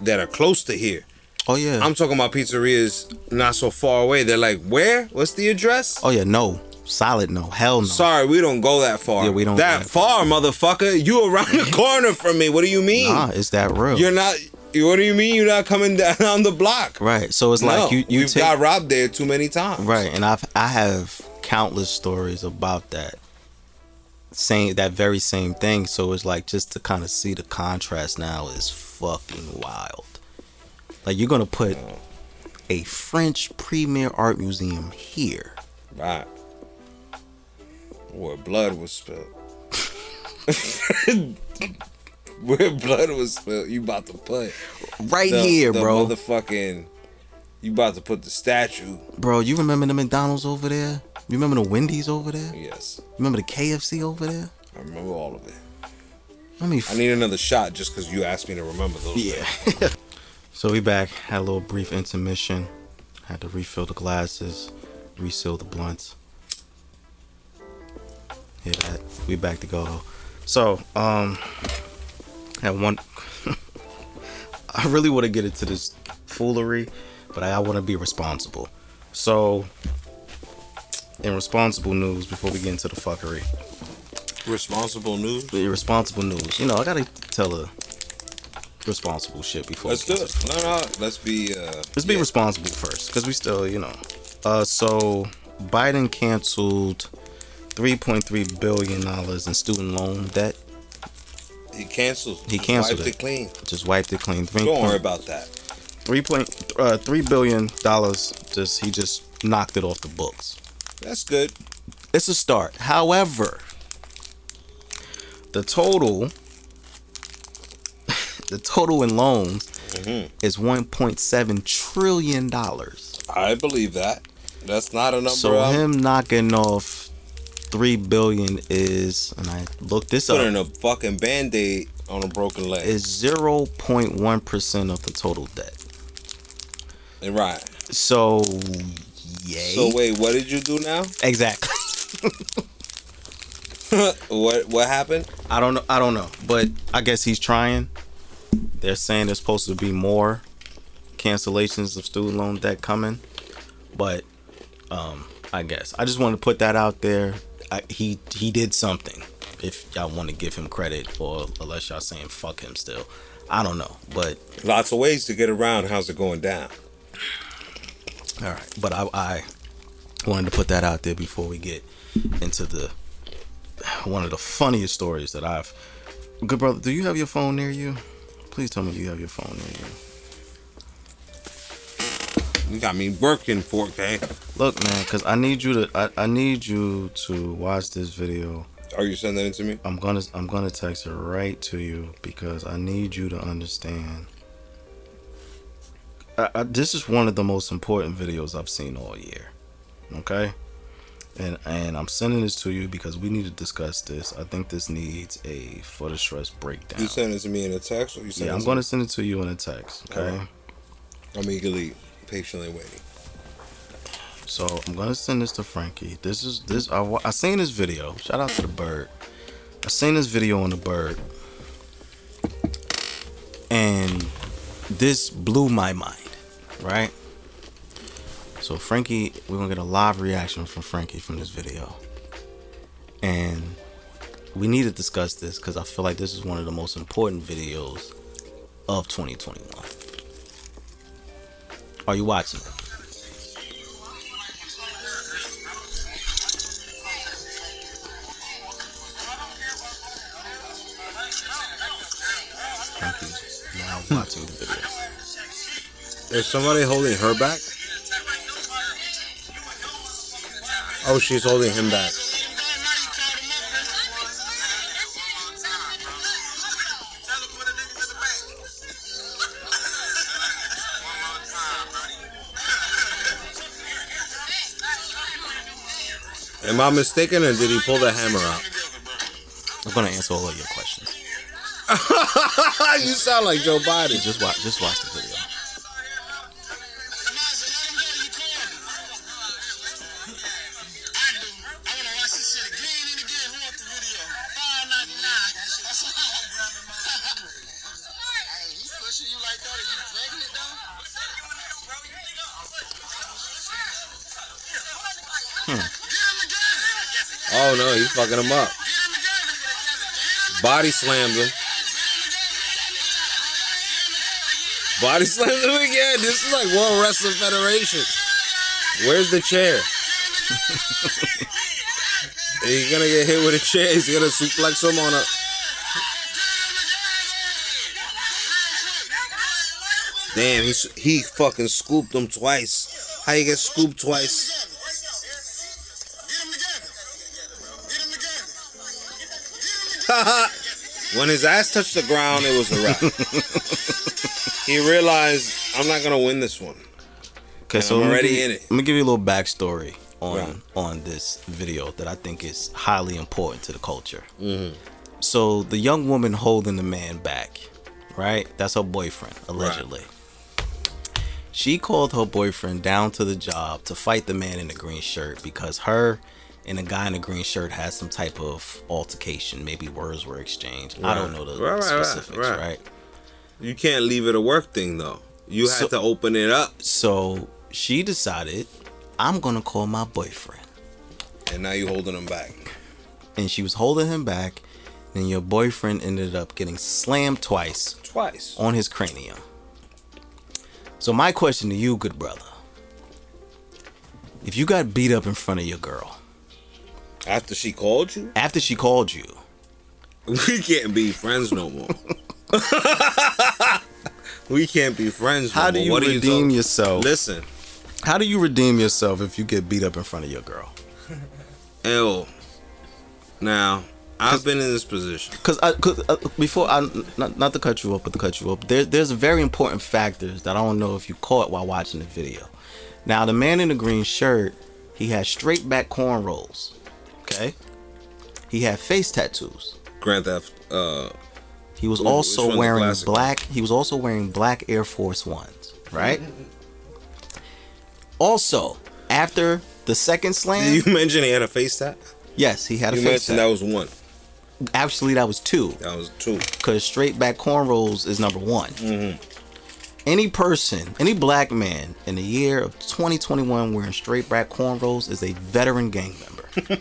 that are close to here. Oh yeah. I'm talking about pizzerias not so far away. They're like, where? What's the address? oh yeah. No. Solid no. Hell no. Sorry, we don't go that far. Yeah, we don't that go that far, motherfucker. You around the corner from me. What do you mean? Nah, it's that real. You're not. What do you mean you're not coming down the block? right. So it's like no, you you we've take got robbed there too many times. right, and I've I have countless stories about that same that very same thing. So it's like just to kind of see the contrast now is fucking wild. Like you're gonna put a French premier art museum here. Right. Where blood was spilled. Where blood was spilled, you about to put Right the- here, the bro. Motherfucking, you about to put the statue. bro, you remember the McDonald's over there? You remember the Wendy's over there? You Yes, remember the KFC over there? I remember all of it. Let me I need another shot just because you asked me to remember those. Yeah. so we back, had a little brief intermission, had to refill the glasses, reseal the blunts. Yeah, that we back to go though. So, um had one I really want to get into this foolery, but I want to be responsible. So, in responsible news, before we get into the fuckery, things. Responsible news. the irresponsible news, you know, I gotta tell a responsible shit before. Let's we do get into it. No, no. Let's be. Uh, Let's be yeah. responsible first, because we still, you know. Uh, so Biden canceled 3.3 billion dollars in student loan debt. He canceled. He canceled Wiped it. it clean. Just wiped it clean. Three Don't worry point about that. three point uh, three billion dollars. Just he just knocked it off the books. That's good. It's a start. However, the total, the total in loans Mm-hmm. is 1.7 trillion dollars. I believe that. That's not a number. So I'm him knocking off three billion is, and I looked this putting up, a fucking band-aid on a broken leg. is zero point one percent of the total debt. right. So, yay! So wait, what did you do now? exactly. what what happened? I don't know. I don't know, but I guess he's trying. They're saying there's supposed to be more cancellations of student loan debt coming, but um, I guess I just want to put that out there. I, he he did something. If y'all want to give him credit, or unless y'all saying fuck him still, I don't know. But Lots of ways to get around. How's it going down? all right. But I, I wanted to put that out there before we get into the one of the funniest stories that I've. Good brother, do you have your phone near you? Please tell me you have your phone near you. You got me working for it, man. Look, man, cause I need you to I, I need you to watch this video. Are you sending it to me? I'm gonna I'm gonna text it right to you because I need you to understand. I, I, this is one of the most important videos I've seen all year. Okay, and and I'm sending this to you because we need to discuss this. I think this needs a for the stress breakdown. You send it to me in a text, or you send Yeah, it I'm to gonna send it to you in a text. Okay. Alright. me? I'm eagerly, patiently waiting. So I'm gonna send this to Frankie. This is this I, wa- I seen this video. Shout out to the bird. I seen this video on the bird, and this blew my mind. Right. So Frankie, we're gonna get a live reaction from Frankie from this video, and we need to discuss this because I feel like this is one of the most important videos of 2021. Are you watching? Frankie's now watching the video. Is somebody holding her back? Oh, she's holding him back. Am I mistaken, or did he pull the hammer out? I'm gonna answer all of your questions. you sound like Joe Biden. Just watch. Just watch the video. Hey, you pushing you like that or you Oh no, he fucking him up. Body slams him. Body slams him again. This is like World Wrestling Federation. Where's the chair? He's gonna get hit with a chair. He's gonna suplex him on a. Damn, he s- he fucking scooped him twice. How you get scooped twice? when his ass touched the ground, it was a wrap. he realized I'm not gonna win this one. Okay, And so I'm let me already give you- in it. Let me give you a little backstory on Right. on this video that I think is highly important to the culture. Mm-hmm. So the young woman holding the man back, right? That's her boyfriend, allegedly. She called her boyfriend down to the job to fight the man in the green shirt because her and the guy in the green shirt had some type of altercation. Maybe words were exchanged. I don't Right. know the Right, right, right, specifics, right. right? You can't leave it a work thing though. You had So- to open it up, So she decided, I'm gonna call my boyfriend. and now you holding him back. and she was holding him back. And your boyfriend ended up getting slammed twice Twice. on his cranium. So my question to you, good brother, if you got beat up in front of your girl After she called you, after she called you, we can't be friends no more. we can't be friends. no how do more. you What are redeem talking- yourself? Listen, How do you redeem yourself if you get beat up in front of your girl? L. Now I've been in this position. Cause, I, cause uh, before I not, not to cut you up, but to cut you up, there, there's very important factors that I don't know if you caught while watching the video. Now the man in the green shirt, he had straight back cornrows. Okay. He had face tattoos. Grand Theft. Uh, He was Which- which one's also the wearing classic one? black. He was also wearing black Air Force Ones. Right. also, after the second slam, you mentioned he had a face tat. yes, he had a You face mentioned that tat. was one. Actually, that was two. That was two. because straight back cornrows is number one. Any person, any black man in the year of 2021 wearing straight back cornrows is a veteran gang member.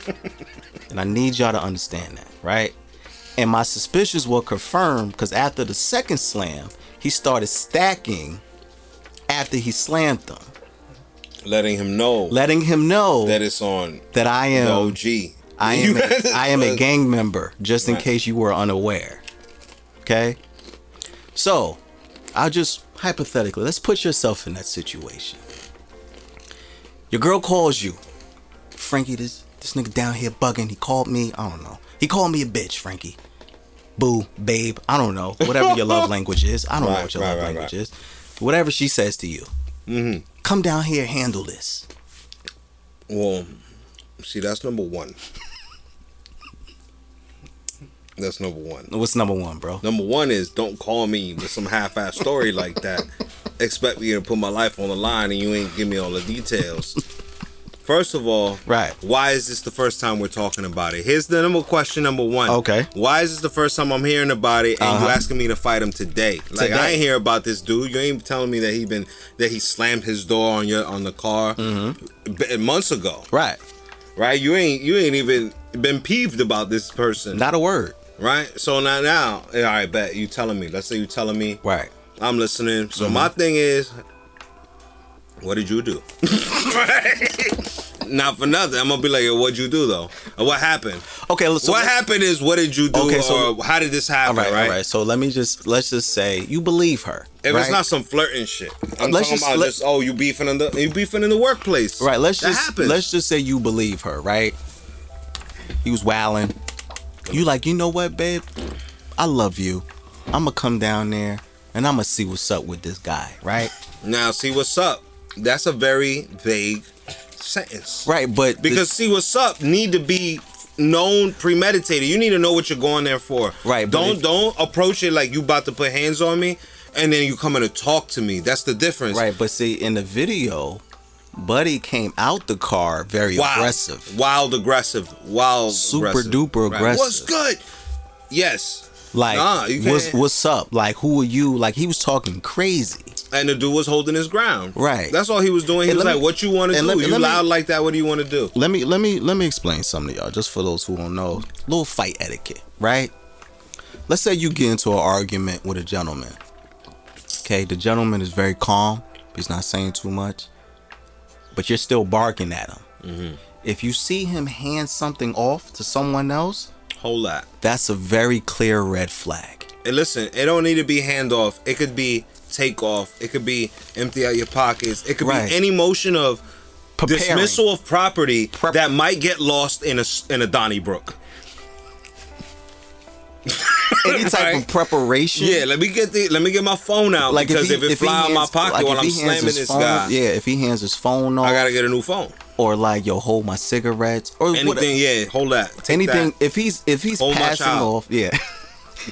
and I need y'all to understand that, right? And my suspicions were confirmed because after the second slam, he started stacking after he slammed them, Letting him know letting him know that it's on that I the am OG. I am a, I am a gang. gang member, just in Right. case you were unaware. Okay? So, I'll just hypothetically, let's put yourself in that situation. Your girl calls you. Frankie, this this nigga down here bugging. He called me, I don't know. He called me a bitch, Frankie. Boo, babe, I don't know. Whatever your love language is. I don't know Right, what your right, love right, language right. Mm-hmm. is. Whatever she says to you. Come down here, handle this. Well, see, that's number one. That's number one. What's number one, bro? Number one is don't call me with some half-ass story like that. Expect me to put my life on the line and you ain't give me all the details. First of all, Right. Why is this the first time we're talking about it? Here's the number question number one. Okay. Why is this the first time I'm hearing about it and Uh-huh. you asking me to fight him today? Like Today. I ain't hear about this dude. You ain't telling me that he been that he slammed his door on your on the car Mm-hmm. b- months ago, Right. right? You ain't you ain't even been peeved about this person, Not a word. right? So now now, all right, bet you telling me. Let's say you telling me Right. Mm-hmm. I'm listening. So my thing is, what did you do? Not for nothing. I'm gonna be like, "Yo, what'd you do though? Or what happened? Okay, let's so what let- happened is what did you do? Okay, so- or how did this All happen? right, right? all right. So let me just let's just say you believe her. If right? it's not some flirting shit, I'm Let's talking just- about let- just oh, you beefing in the you beefing in the workplace. right, let's that just happens. let's just say you believe her. Right? He was wilding. You like you know what, babe? I love you. I'm gonna come down there and I'm gonna see what's up with this guy. Right? now see what's up. That's a very vague sentence. Right. But the- Because see what's up need to be known premeditated. You need to know what you're going there for. Right, but Don't if- don't approach it like you about to put hands on me and then you coming to talk to me. That's the difference. right. But see, in the video, Buddy came out the car very Wild, aggressive. Wild aggressive. Wild Super aggressive. duper Right. What's aggressive. good? Yes. Like, Nah, you what's can't- what's up? Like, who are you? Like, he was talking crazy. And the dude was holding his ground. Right. That's all he was doing. He And was let like, me- "What you want to do? and let me- you let me- loud like that? What do you want to do?" let me let me let me explain something to y'all just for those who don't know little fight etiquette right let's say you get into an argument with a gentleman okay the gentleman is very calm he's not saying too much but you're still barking at him Mm-hmm. if you see him hand something off to someone else Whole lot. that's a very clear red flag And listen, it don't need to be handoff. It could be take off. It could be empty out your pockets. It could Right. be any motion of Preparing. dismissal of property Prep- that might get lost in a s- in a Donnybrook. any type of Right. preparation Yeah, let me get the let me get my phone out like because if, he- it he fly in my hands- pocket like, while if I'm he hands slamming his this phone- guy, yeah if he hands his phone off I gotta get a new phone. or like yo hold my cigarettes or Anything, whatever. yeah, hold that. Take anything that. if he's if he's Hold my passing child. off yeah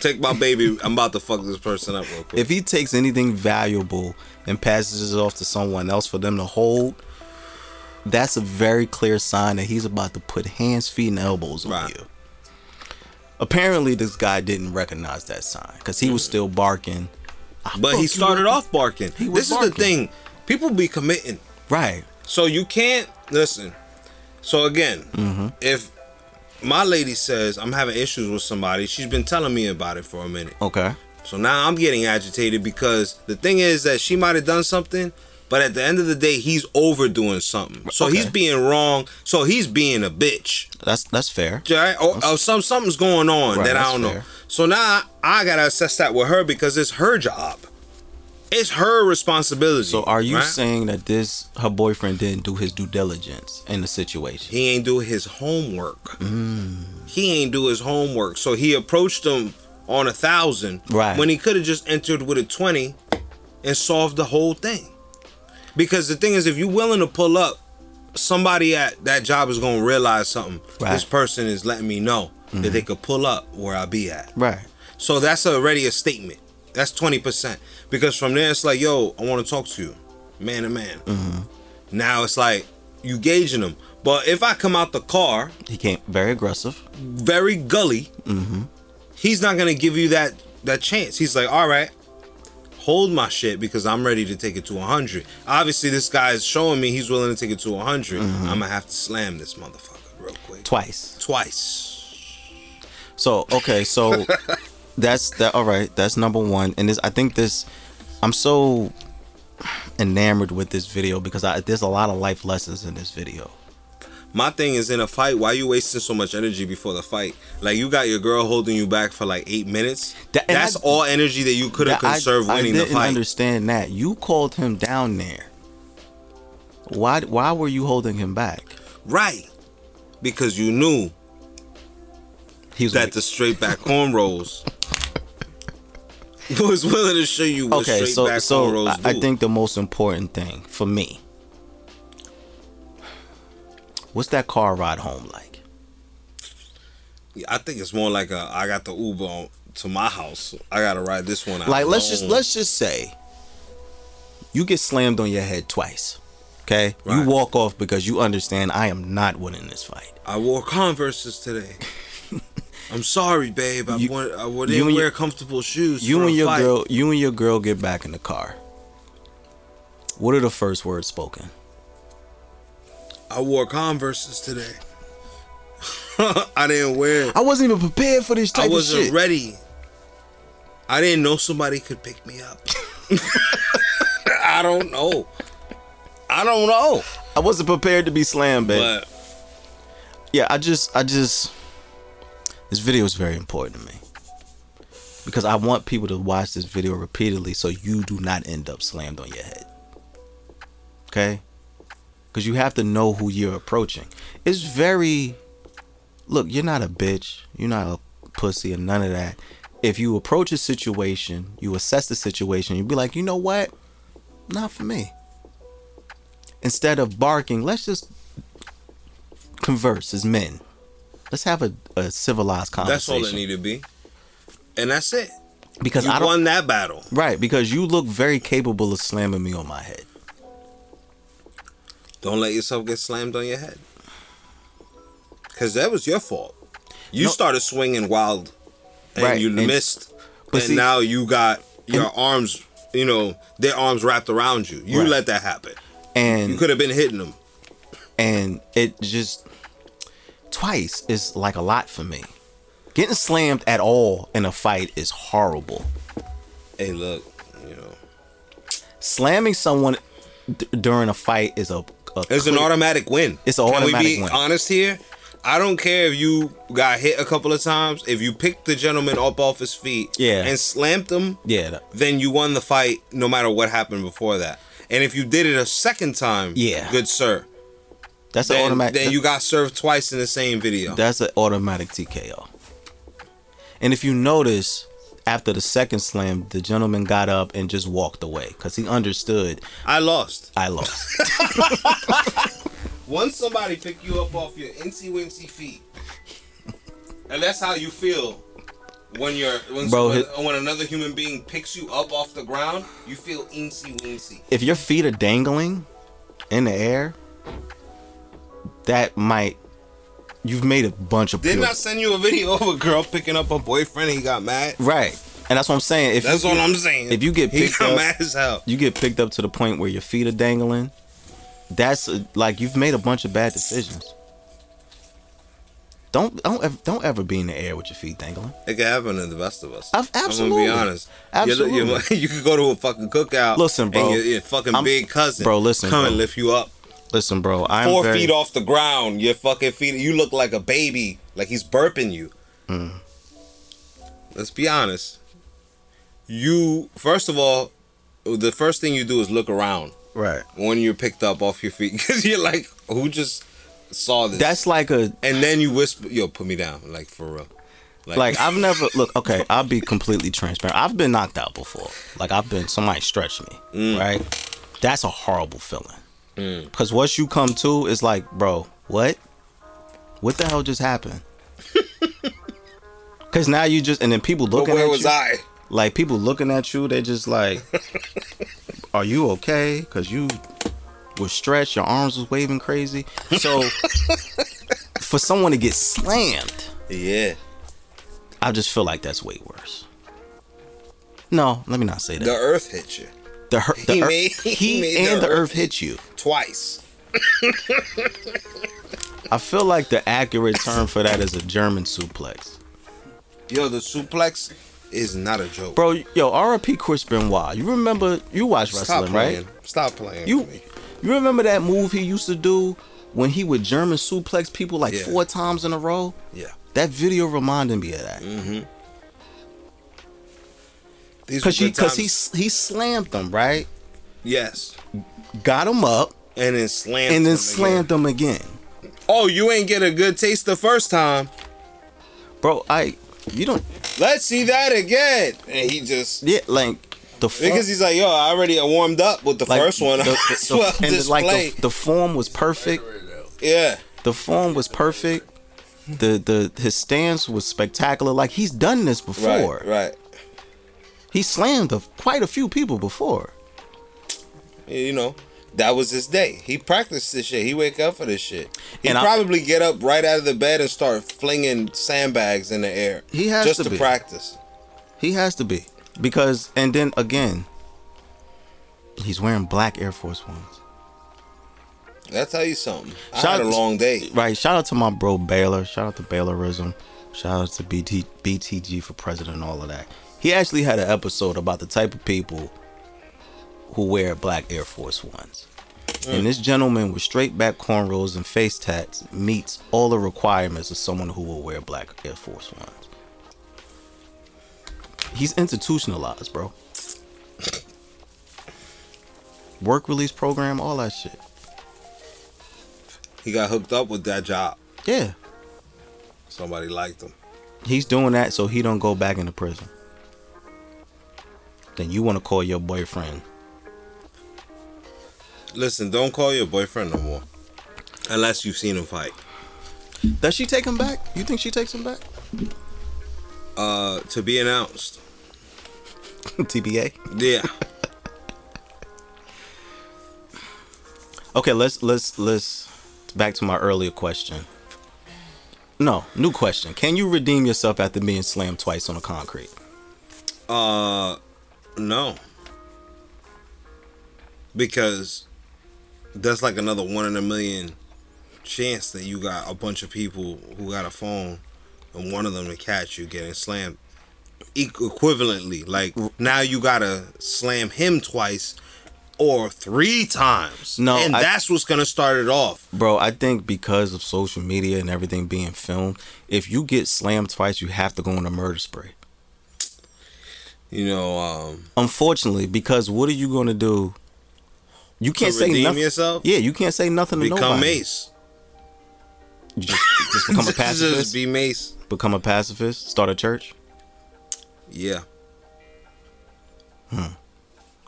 Take my baby. I'm about to fuck this person up real quick. if he takes anything valuable and passes it off to someone else for them to hold that's a very clear sign that he's about to put hands feet and elbows on Right. you apparently this guy didn't recognize that sign because he was Mm. still barking I but fuck he you started up. off barking. He was This is the barking. thing. People be committing. right So you can't listen. So again, Mm-hmm. if my lady says I'm having issues with somebody, she's been telling me about it for a minute. okay So now I'm getting agitated because the thing is that she might have done something, but at the end of the day, he's overdoing something. So Okay. he's being wrong. So he's being a bitch. that's that's fair Right? Or, or some something's going on Right, that I that's don't know. fair. So now I gotta assess that with her because it's her job. It's her responsibility. so are you right? saying that this her boyfriend didn't do his due diligence in the situation He ain't do his homework. Mm. He ain't do his homework. So he approached him on a thousand Right. when he could have just entered with a 20 and solved the whole thing. Because the thing is, if you're willing to pull up, somebody at that job is going to realize something. Right. Mm-hmm. This person is letting me know that they could pull up where I be at. right So that's already a statement. That's 20%. Because from there, it's like, yo, I want to talk to you, man to man. Now it's like, you gauging them. But if I come out the car, he came very aggressive very gully, he's not going to give you that, that chance. He's like, all right, hold my shit because I'm ready to take it to 100. Obviously, this guy is showing me he's willing to take it to 100. I'm going to have to slam this motherfucker real quick. twice Twice. So okay, so that's that. All right, that's number one. And this, I think this, I'm so enamored with this video because I, there's a lot of life lessons in this video. My thing is in a fight, why you wasting so much energy before the fight? Like you got your girl holding you back for like eight minutes. That- and That's I- all energy that you could have That I- conserved winning I the didn't fight. understand that you called him down there. Why? Why were you holding him back? right. Because you knew He was that the straight back cornrows was willing to show you what okay. straight So back so cornrows I, I do. think the most important thing for me. What's that car ride home like? I think it's more like a I got the Uber on, to my house. I gotta ride this one out. like let's just alone. let's just say you get slammed on your head twice okay Right. you walk off because you understand i am not winning this fight I wore Converse's today. I'm sorry, babe. I, You- want, I didn't you and wear your- comfortable shoes. you for and a your fight. girl you and your girl get back in the car what are the first words spoken I wore Converse's today. I didn't wear. i wasn't even prepared for this type I of wasn't shit ready. I didn't know somebody could pick me up. I don't know. I don't know. i wasn't prepared to be slammed babe But yeah i just i just this video is very important to me because i want people to watch this video repeatedly so you do not end up slammed on your head okay because you have to know who you're approaching it's very look you're not a bitch you're not a pussy and none of that if you approach a situation you assess the situation you be like you know what not for me instead of barking let's just converse as men. Let's have a, a civilized that's conversation. all it needed to be, and that's it. Because You I don't won that battle. right because you look very capable of slamming me on my head. Don't let yourself get slammed on your head, because that was your fault. You No. started swinging wild, and Right, you and- missed, but and see- now you got your arms you know, their arms wrapped around you. You Right. let that happen. and You could have been hitting them. and it just twice is like a lot for me. Getting slammed at all in a fight is horrible. Hey, look, you know, Slamming someone d- during a fight is a, a it's an automatic win. It's a Can we automatic be win. honest here? I don't care if you got hit a couple of times. If you picked the gentleman up off his feet Yeah. and slammed him, yeah that- then you won the fight no matter what happened before that. And if you did it a second time, Yeah. good sir, that's an then, automatic. then you got served twice in the same video. That's an automatic TKO. And if you notice, after the second slam, the gentleman got up and just walked away because he understood I lost. I lost. Once somebody pick you up off your incy wincy feet, and that's how you feel when you're when, Bro, when, hit- when another human being picks you up off the ground, you feel incy wincy. if your feet are dangling in the air, that might you've made a bunch of Didn't pure- I send you a video of a girl picking up her boyfriend and he got mad? right. And that's what I'm saying. If That's all I'm saying. If you get he picked got up- mad as hell. you get picked up to the point where your feet are dangling, that's uh, like you've made a bunch of bad decisions. Don't don't ever, don't ever be in the air with your feet dangling. It could happen to the best of us. Ab- I'm absolutely. gonna be honest. You're- you're- Absolutely. you could go to a fucking cookout. Listen, bro. And your, your fucking I'm- big cousin, bro, listen, come bro. and lift you up. Listen, bro, I'm four very, feet off the ground. Your fucking feet. You look like a baby. Like he's burping you. Hmm. Let's be honest. You first of all, the first thing you do is look around Right. when you're picked up off your feet because you're like, who just saw this? That's like a and then you whisper, "Yo, put me down," like for real. like I've never look. Okay, I'll be completely transparent. I've been knocked out before. Like I've been somebody stretched me. Mm. Right. That's a horrible feeling. Because once you come to, it's like, bro, what? What the hell just happened? Because now you just and then people but looking where at was you. I? Like people looking at you, they just like, "Are you okay?" Because you was stretched, your arms was waving crazy. So for someone to get slammed, Yeah. I just feel like that's way worse. No, let me not say that. The Earth hit you The, hur- the he ear- made- he, he made and the the, earth hit you. twice. I feel like the accurate term for that is a German suplex. Yo, the suplex is not a joke. Bro, yo, RIP Chris Benoit. You remember you watch Stop wrestling, playing. right? Stop playing. You with me. you remember that move he used to do when he would German suplex people like Yeah. four times in a row? Yeah. That video reminded me of that. Mm. These Cause were he good cause he times. s- he slammed them, right? yes, Got him up and then slammed and him then again. slammed them again. Oh, you ain't get a good taste the first time. Bro, I you don't Let's see that again. And he just yeah, like the fu- because he's like, yo, I already warmed up with the like, first one. the- the- I the- swell and the- like display. the, the form was perfect. yeah. The form was perfect. The the his stance was spectacular. Like he's done this before. Right. Right. He slammed a, quite a few people before. You know, that was his day. He practiced this shit. He wake up for this shit. He And I- probably get up right out of the bed and start flinging sandbags in the air. He has just to to, be. practice. He has to be because and then again, he's wearing black Air Force Ones. That's how you something. I Shout- had a long day. Right. Shout out to my bro Baylor. Shout out to Baylorism. Shout out to BT, BTG for president and all of that. He actually had an episode about the type of people who wear black Air Force Ones. And this gentleman with straight back cornrows and face tats meets all the requirements of someone who will wear black Air Force Ones. He's institutionalized, bro. Work release program, all that shit. He got hooked up with that job. Yeah. Somebody liked him. he's doing that so he don't go back into prison. Then you want to call your boyfriend. Listen, don't call your boyfriend no more. Unless you've seen him fight. Does she take him back? You think she takes him back? Uh, to be announced. TBA. Yeah. Okay, let's let's let's back to my earlier question. No, new question. Can you redeem yourself after being slammed twice on the concrete? Uh, no. because that's like another one in a million chance that you got a bunch of people who got a phone and one of them to catch you getting slammed e- equivalently like now you gotta slam him twice or three times No, and I- that's what's gonna start it off Bro, I think because of social media and everything being filmed, if you get slammed twice, you have to go on a murder spree. you know um Unfortunately, because what are you gonna do? You can't to say redeem nothing. yourself Yeah, you can't say nothing to become nobody. mace You just, just become a just pacifist. be mace become a pacifist. Start a church. Yeah. Hmm.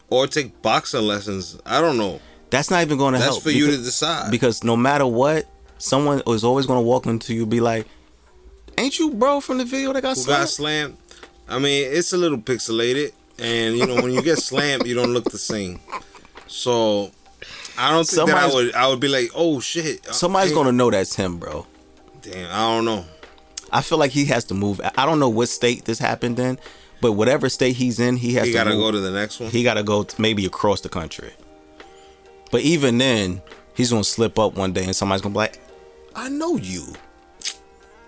Or take boxing lessons. I don't know. That's not even going to That's help. for you to because- decide. Because no matter what, someone is always going to walk into you and be like, "Ain't you bro from the video that got Who slammed?" got slammed? I mean, it's a little pixelated, and you know when you get slammed, you don't look the same. So I don't think that Somebody's- I would. I would be like, oh shit. uh, Somebody's damn, going to know that's him, bro. Damn, I don't know. I feel like he has to move. I don't know what state this happened in, but whatever state he's in, he has He to gotta move. go to the next one. he got to go t- maybe across the country. But even then, he's going to slip up one day and somebody's going to be like, I know you.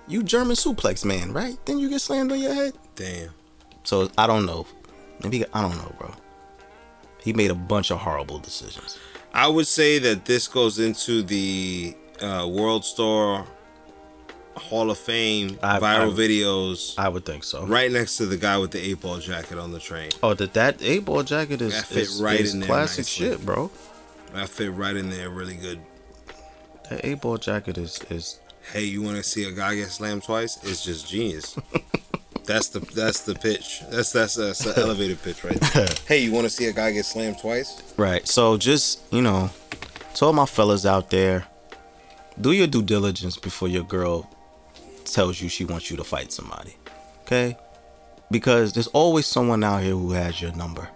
You German suplex man, right? Then you get slammed on your head. Damn. So I don't know. Maybe I don't know, bro. He made a bunch of horrible decisions. I would say that this goes into the uh, World Star Hall of Fame I- viral I- videos. I would think so. right next to the guy with the eight ball jacket on the train. Oh, that that eight ball jacket is, That fit is- right is in there classic nicely. shit, bro. I fit right in there really good. That eight ball jacket is is Hey, you want to see a guy get slammed twice? It's just genius. that's the that's the pitch. That's that's that's the elevator pitch right there. Hey, you want to see a guy get slammed twice? Right. So just, you know, to all my fellas out there, do your due diligence before your girl tells you she wants you to fight somebody. Okay? Because there's always someone out here who has your number.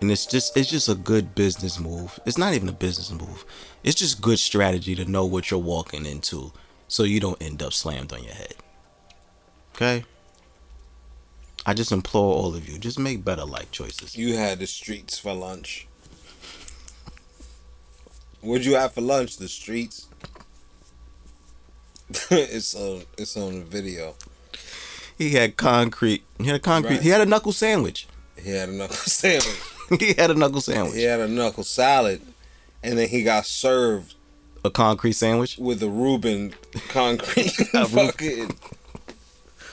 And it's just it's just a good business move. It's not even a business move. It's just good strategy to know what you're walking into so you don't end up slammed on your head. Okay? I just implore all of you, just make better life choices. You had the streets for lunch. What'd you have for lunch? The streets. it's on it's on the video. He had concrete. He had a concrete. Right. He had a knuckle sandwich. He had a knuckle sandwich. he had a knuckle sandwich. He had a knuckle salad, and then he got served A concrete sandwich. with a Reuben concrete A Reuben. fucking.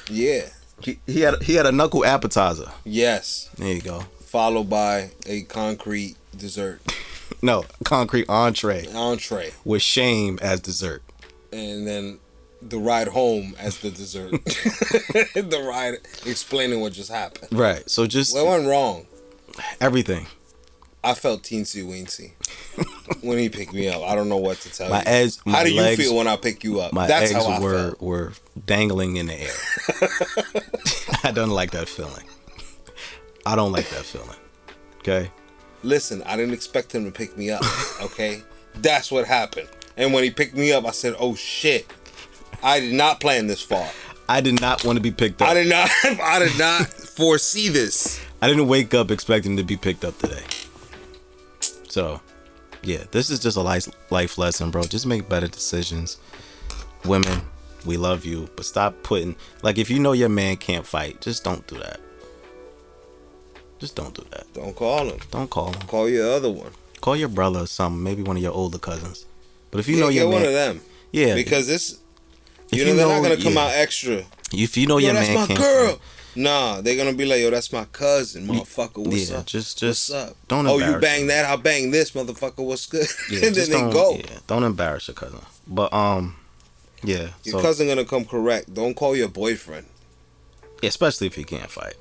Yeah. He, he had he had a knuckle appetizer. Yes. There you go. Followed by a concrete dessert No, concrete entree entree, with shame as dessert. and then the ride home as the dessert. the ride explaining what just happened. Right. So just What went wrong? everything. I felt teensy weensy when he picked me up. I don't know what to tell My you. eggs- my how do legs- you feel when I pick you up? My That's eggs how I were felt. were dangling in the air. I don't like that feeling. I don't like that feeling. Okay. Listen, I didn't expect him to pick me up. Okay, that's what happened. And when he picked me up, I said, "Oh shit." I did not plan this far. I did not want to be picked up. I did not. I did not foresee this. I didn't wake up expecting to be picked up today. So, yeah, this is just a life life lesson, bro. Just make better decisions. Women, we love you, but stop putting like if you know your man can't fight, just don't do that. Just don't do that. Don't call him. Don't call him. Call your other one. Call your brother or something, maybe one of your older cousins. But if you Yeah, know get your one of man, them. yeah, Because this, if you know, they're not gonna come yeah. out extra. If you know Yo, your that's man my can't girl. fight, Nah, they're gonna be like, yo, that's my cousin, motherfucker. What's yeah, up? just just what's up? don't. Oh, you embarrass bang him. that? I'll bang this, motherfucker. What's good? Yeah, and just then they don't- go. Yeah, don't embarrass your cousin. But um, yeah. Your so- cousin gonna come correct. Don't call your boyfriend. especially if he can't fight.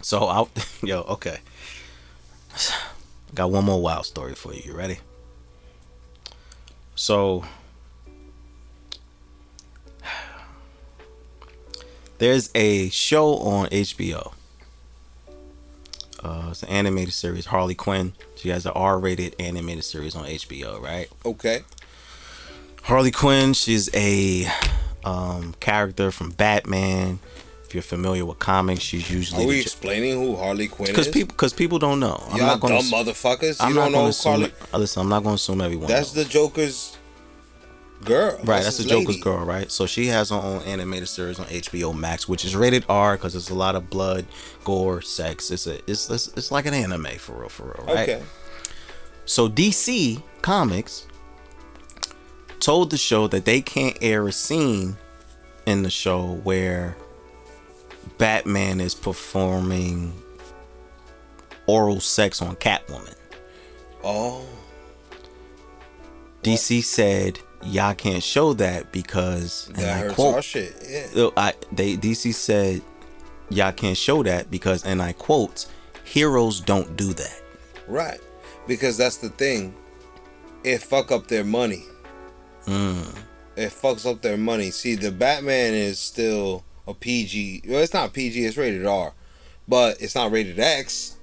So out, yo, okay. Got one more wild story for you. You ready? So there's a show on HBO. Uh, it's an animated series, Harley Quinn. She has an R-rated animated series on HBO, right? Okay. Harley Quinn, she's a um, character from Batman. if you're familiar with comics, she's usually Are we explaining who Harley Quinn because is? people because people don't know. I'm Y'all not gonna. dumb ass- motherfuckers. I'm you not don't know gonna who assume. Harley. Listen, I'm not gonna assume everyone. That's knows. the Joker's girl. Right, that's the his Joker's lady. girl, right? So she has her own animated series on HBO Max, which is rated R because it's a lot of blood, gore, sex. It's a it's it's, it's like an anime for real, for real, right? Okay. So DC Comics told the show that they can't air a scene in the show where Batman is performing oral sex on Catwoman. Oh. DC said y'all can't show that because and That I hurts quote, our shit. Yeah. Uh, I, they DC said y'all can't show that because and I quote heroes don't do that. Right. Because that's the thing. It fuck up their money. Hmm. It fucks up their money. See, the Batman is still a PG. Well, it's not PG. It's rated R, but it's not rated X.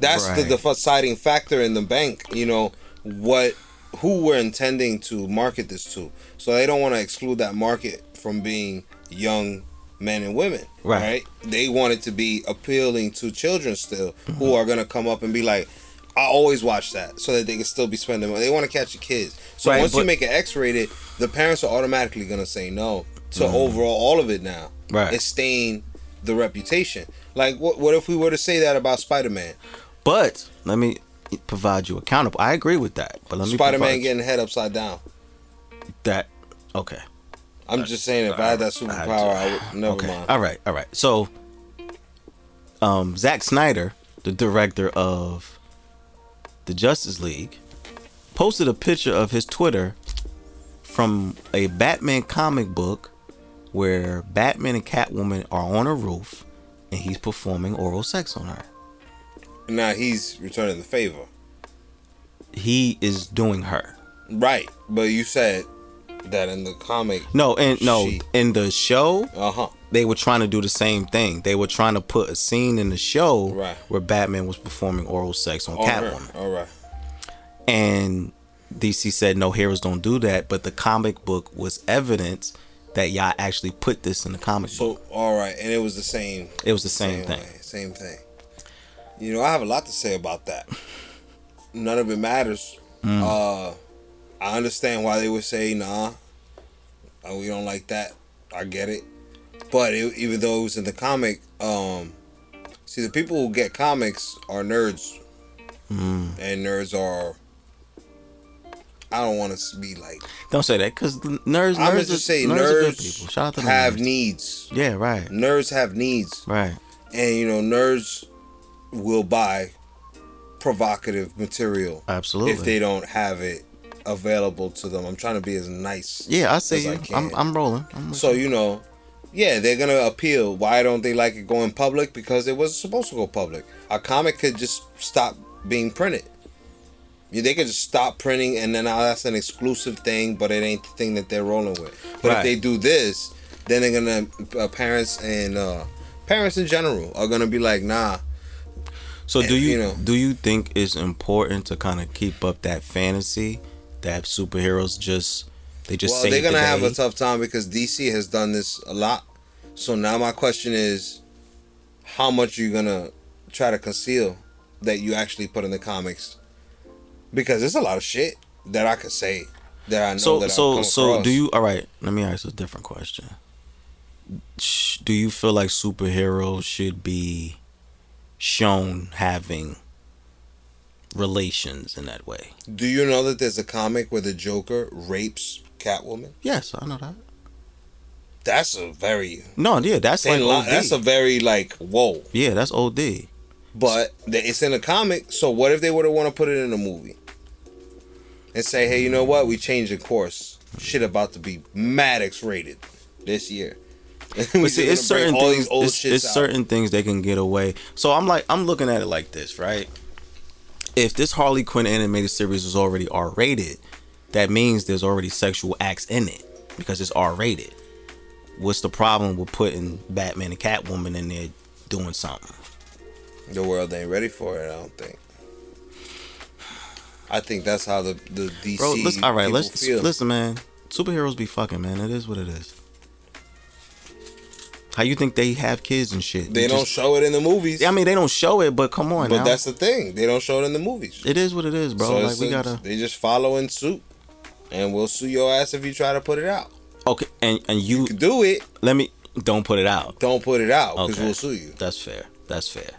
That's Right. the, the deciding factor in the bank. You know what? Who we're intending to market this to? So they don't want to exclude that market from being young men and women. Right. They want it to be appealing to children still, Mm-hmm. who are gonna come up and be like, "I always watch that," so that they can still be spending money. They want to catch the kids. So Right, once you but- make it X-rated, the parents are automatically gonna say no to overall all of it now. Mm-hmm. Right. It's staying the reputation. Like, what what if we were to say that about Spider-Man? But let me provide you accountable. I agree with that, but let me provide Spider-Man you getting head upside down. that. Okay. I'm just saying, if I had that I- superpower, I would. Never okay. mind. All right. All right. So, um, Zack Snyder, the director of the Justice League, posted a picture of his Twitter from a Batman comic book where Batman and Catwoman are on a roof and he's performing oral sex on her. Now he's returning the favor. He is doing her. Right, but you said that in the comic. No, and no, She. in the show, Uh huh. they were trying to do the same thing. They were trying to put a scene in the show Right. where Batman was performing oral sex on All right. Catwoman. All right. And DC said, no, heroes don't do that. But the comic book was evidence that y'all actually put this in the comic book. So all right, and it was the same. It was the same, thing. way, same thing. You know, I have a lot to say about that. None of it matters. Mm. Uh, I understand why they would say, "Nah, uh, we don't like that." I get it, but it, even though it was in the comic, um, see, the people who get comics are nerds, Mm. and nerds are. I don't want to be like. Don't say that because nerds, nerds, I'm are, just saying, nerds, are good nerds people. Shout out to the have nerds. needs. Yeah, right, Nerds have needs right, and you know nerds will buy provocative material absolutely. if they don't have it available to them i'm trying to be as nice yeah, I see as I you. I can. am I'm rolling. I'm so you know yeah they're gonna appeal why don't they like it going public because it wasn't supposed to go public a comic could just stop being printed Yeah, they could just stop printing and then now that's an exclusive thing but it ain't the thing that they're rolling with but Right. if they do this then they're gonna uh, parents and uh, parents in general are gonna be like nah So do And, you, you know- do you think it's important to kind of keep up that fantasy that superheroes just they just Well, save they're gonna the have a day? tough time because DC has done this a lot. So now my question is, how much are you gonna try to conceal that you actually put in the comics? Because there's a lot of shit that I could say that I know so that I've so come so across. do you all right let me ask a different question Sh- do you feel like superheroes should be shown having relations in that way do you know that there's a comic where the Joker rapes Catwoman? yes i know that That's a very no yeah that's like OD. that's a very like whoa, yeah that's od but th- it's in a comic. So what if they would have want to put it in a movie? and say, hey, you know what? We changed the course. Shit about to be mad X rated this year. we But see, just it's gonna certain bring all things. these old it's shits it's out. certain things they can get away. So I'm like, I'm looking at it like this, right? If this Harley Quinn animated series is already R rated, that means there's already sexual acts in it because it's R rated. What's the problem with putting Batman and Catwoman in there doing something? The world ain't ready for it. I don't think. I think that's how the the DC. Bro, listen, all right, people let's feel. listen, man. Superheroes be fucking, man. It is what it is. How you think they have kids and shit? They You don't just- show it in the movies. I mean, they don't show it, but come on. but now. that's the thing. They don't show it in the movies. it is what it is, bro. So like it's we a- gotta. They just follow in suit, and we'll sue your ass if you try to put it out. Okay, and and you You do it. let me don't put it out. Don't put it out because Okay. we'll sue you. That's fair. That's fair.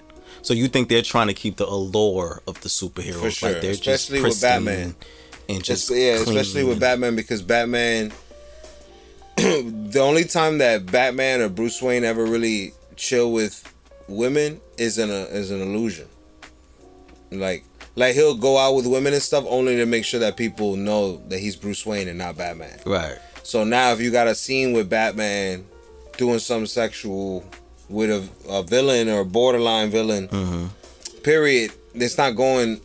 So you think they're trying to keep the allure of the superheroes? For sure, Like they're especially just with pristine Batman. And just Just- yeah, clean especially with and- Batman because Batman. the only time that Batman or Bruce Wayne ever really chill with women is in a is an illusion. Like like he'll go out with women and stuff only to make sure that people know that he's Bruce Wayne and not Batman. Right. So now, if you got a scene with Batman doing something sexual with a, a villain or a borderline villain, Mm-hmm. period, it's not going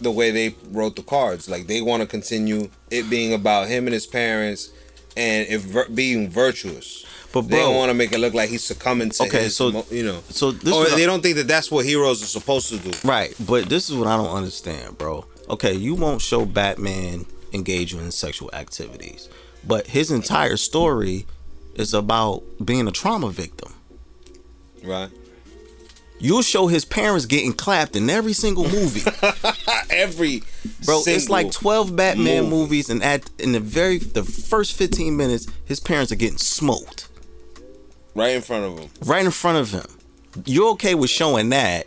the way they wrote the cards. Like they want to continue it being about him and his parents, and if vir- being virtuous. But they bro, don't want to make it look like he's succumbing to Okay, his, so- mo- you know. so this or is- they don't think that that's what heroes are supposed to do. right. But this is what I don't understand, bro. Okay, you won't show Batman engaging in sexual activities, but his entire story is about being a trauma victim. Right. You'll show his parents getting clapped in every single movie. Every Bro, it's like single- twelve Batman movie. movies, and at in the very the first fifteen minutes, his parents are getting smoked right in front of him. right in front of him. You're okay with showing that,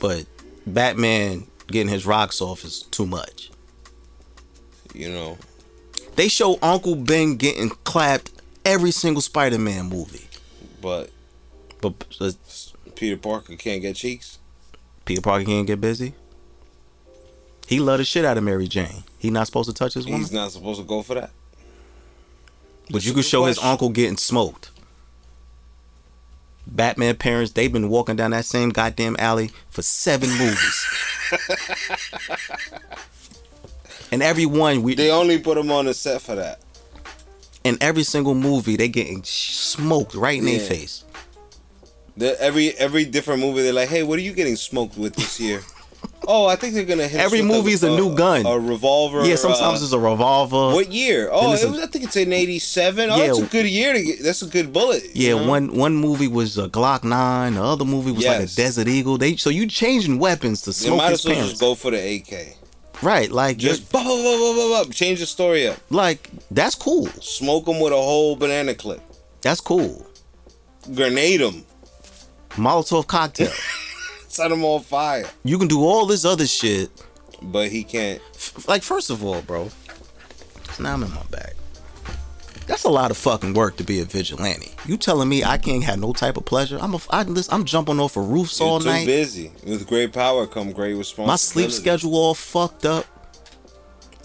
but Batman getting his rocks off is too much. You know. They show Uncle Ben getting clapped every single Spider-Man movie, But but uh, Peter Parker can't get cheeks. Peter Parker can't get busy. He love the shit out of Mary Jane. He not supposed to touch his woman, He's not supposed to go for that. but you a could good show his question. uncle getting smoked. Batman parents, they've been walking down that same goddamn alley for seven movies. and every one we They only put him on the set for that. in every single movie they getting sh- smoked right in Yeah. their face. The- every every different movie, they're like, "Hey, what are you getting smoked with this year?" oh, I think they're gonna hit. us Every with uh, movie's a new gun. a revolver. yeah, sometimes uh, it's a revolver. what year? Oh, it's it a- was, I think it's in '87. Oh, Yeah. that's a good year to get. That's a good bullet. you Yeah, know? one one movie was a Glock nine, the other movie was like Yes. a Desert Eagle. They so you changing weapons to They smoke might his as well just parents, go for the AK. right? Like Just blah, blah, blah, blah, blah, blah. change the story up. like that's cool. Smoke him with a whole banana clip. That's cool. Grenade him. Molotov cocktail. Set him on fire. you can do all this other shit. But he can't. F- Like first of all, bro, now I'm in my bag. That's a lot of fucking work to be a vigilante. You telling me I can't have no type of pleasure? I'm a, I, listen, I'm jumping off of roofs all You're too night. busy. With great power come great responsibility. My sleep schedule all fucked up.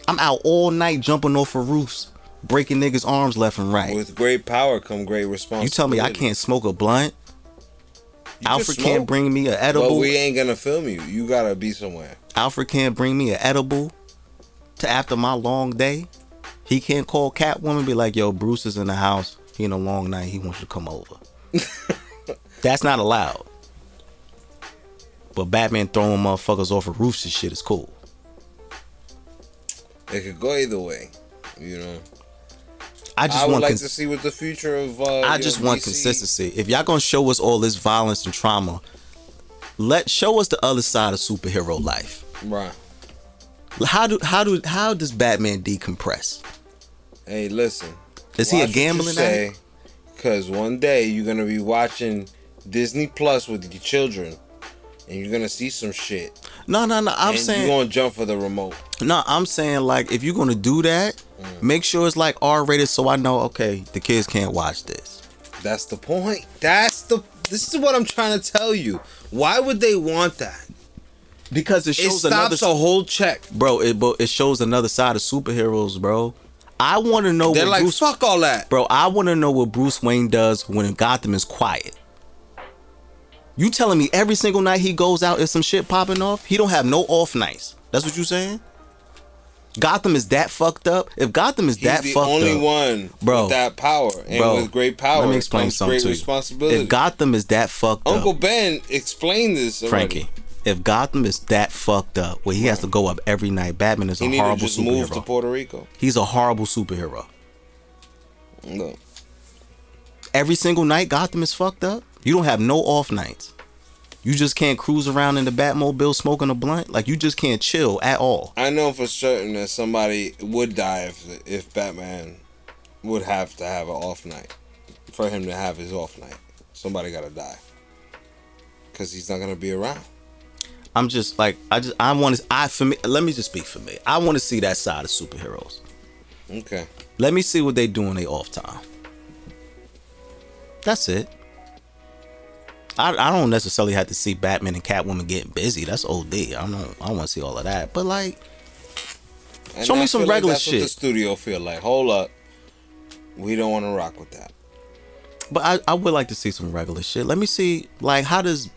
I'm out all night jumping off of roofs, breaking niggas' arms left and right. With great power come great responsibility. you tell me I can't smoke a blunt? You can Alfred smoke, can't bring me an But edible. we ain't gonna film you. You gotta be somewhere. Alfred can't bring me an edible to after my long day. He can't call Catwoman and be like, yo, Bruce is in the house. He in a long night. He wants you to come over. That's not allowed. But Batman throwing motherfuckers off of roofs and shit is cool. It could go either way. You know. I I, just would want like cons- to see what the future of. Uh, I you just know, want DC consistency. If y'all gonna show us all this violence and trauma, let show us the other side of superhero life. Right. How do how do how does Batman decompress? Hey, listen. Is he a Watch what you gambling say, addict? Cause one day you're gonna be watching Disney Plus with your children, and you're gonna see some shit. No, no, no. I'm and saying you're gonna jump for the remote. no. I'm saying like if you're gonna do that, Mm. make sure it's like R rated so I know okay the kids can't watch this. That's the point. That's the. This is what I'm trying to tell you. Why would they want that? Because it It shows another stops a whole check. bro. It bo- it shows another side of superheroes, bro. I want to know They're what like, Bruce, fuck all that. Bro, I want to know what Bruce Wayne does when Gotham is quiet. You telling me every single night he goes out and some shit popping off? He don't have no off nights. That's what you saying? Gotham is that fucked up. If Gotham is He's that the fucked only up, one Bro. with that power, and bro, with great power let me explain comes something great to you. responsibility. If Gotham is that fucked Uncle up, Ben explained this. Already. Frankie. If Gotham is that fucked up, where he has to go up every night, Batman is he a needed to horrible just move to superhero. Puerto Rico. He's a horrible superhero. No. every single night Gotham is fucked up. You don't have no off nights. You just can't cruise around in the Batmobile smoking a blunt. Like you just can't chill at all. I know for certain that somebody would die if if Batman would have to have an off night for him to have his off night. Somebody gotta die because he's not gonna be around. I'm just like I just I want to I for me let me just speak for me. I want to see that side of superheroes. Okay, Let me see what they do in their off time. That's it. I, I don't necessarily have to see Batman and Catwoman getting busy. That's OD. I don't I want to see all of that. But like And Show me I some feel like regular that's What the shit. studio feel like? Hold up, we don't want to rock with that. but I, I would like to see some regular shit. Let me see like how does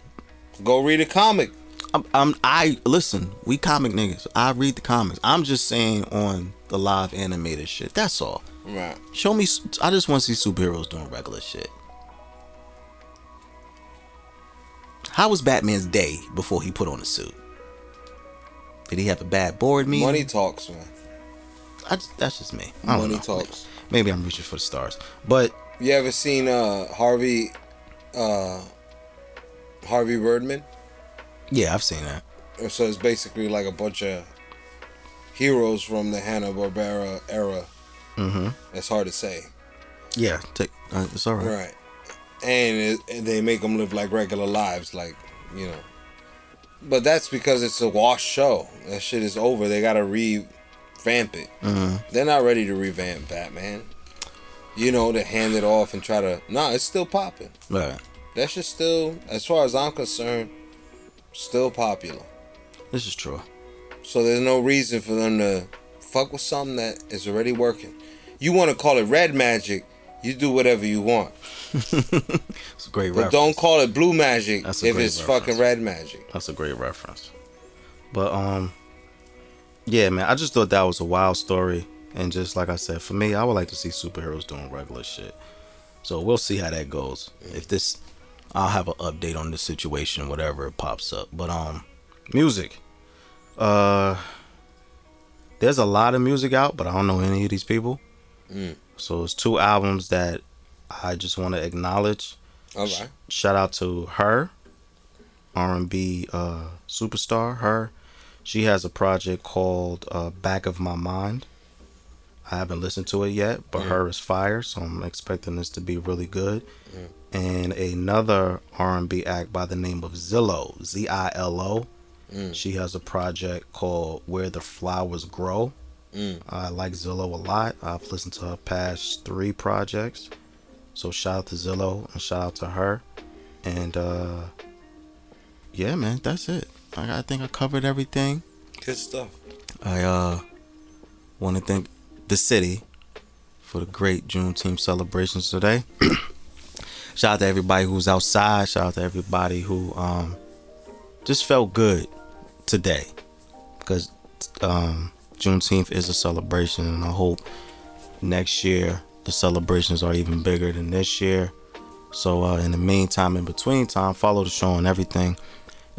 Go read a comic. I'm, I'm I listen, we comic niggas. I read the comics. I'm just saying on the live animated shit. That's all. Right. Show me s- I just want to see superheroes doing regular shit. How was Batman's day before he put on a suit? Did he have a bad board meeting? Money talks, man. I just- that's just me. I don't Money know. talks. Maybe I'm reaching for the stars. But You ever seen uh Harvey uh Harvey Birdman? yeah, I've seen that. So it's basically like a bunch of heroes from the Hanna Barbera era. Mm-hmm. That's hard to say. Yeah, take, uh, it's all right. Right. And, it, and they make them live like regular lives, like, you know. But that's because it's a wash show. That shit is over. They got to revamp it. They're not ready to revamp Batman. You know, to hand it off and try to. Nah, it's still popping. Right. That shit's still, as far as I'm concerned, still popular. This is true. So there's no reason for them to fuck with something that is already working. You want to call it red magic, you do whatever you want. It's a great But reference. don't call it blue magic That's a if great it's reference. fucking red magic. That's a great reference. But um yeah, man, I just thought that was a wild story and just like I said, for me, I would like to see superheroes doing regular shit. So we'll see how that goes. If this I'll have an update on the situation whatever it pops up. But um music. Uh there's a lot of music out, but I don't know any of these people. Mm. So it's two albums that I just want to acknowledge All Sh- right. Shout out to her, R&B uh, superstar. Her, she has a project called uh, "Back of My Mind." I haven't listened to it yet, but her is fire, so I'm expecting this to be really good. And another R&B act by the name of Zillow, Z I L O. Mm. She has a project called "Where the Flowers Grow." Mm. I like Zillow a lot. I've listened to her past three projects. So shout out to Zillow and shout out to her. And uh yeah, man, that's it. I, I think I covered everything. Good stuff. I uh want to thank the city for the great Juneteenth celebrations today. Shout out to everybody who's outside. Shout out to everybody who um just felt good today because um Juneteenth is a celebration, and I hope next year the celebrations are even bigger than this year. So uh, in the meantime, in between time, follow the show on everything.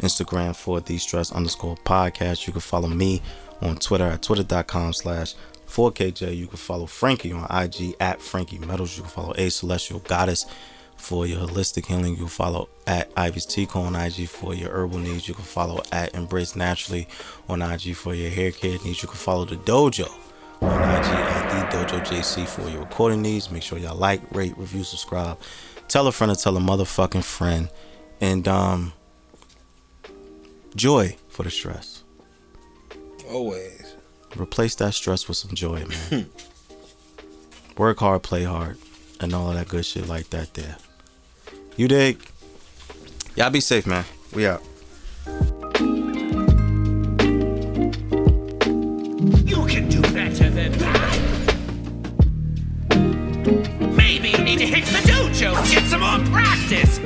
Instagram for the stress underscore podcast. You can follow me on Twitter at twitter.com slash 4KJ. You can follow Frankie on IG at Frankie Metals. You can follow A Celestial Goddess for your holistic healing. You can follow at Ivy's Tico on IG for your herbal needs. You can follow at Embrace Naturally on IG for your hair care needs. You can follow the dojo on IG at the Dojo JC for your recording needs. Make sure y'all like, rate, review, subscribe. Tell a friend to tell a motherfucking friend. And um joy for the stress. Always. Replace that stress with some joy, man. Work hard, play hard, and all of that good shit like that there. You dig? Y'all be safe, man. We out. You can do better than that. Maybe you need to hit the dojo and get some more practice.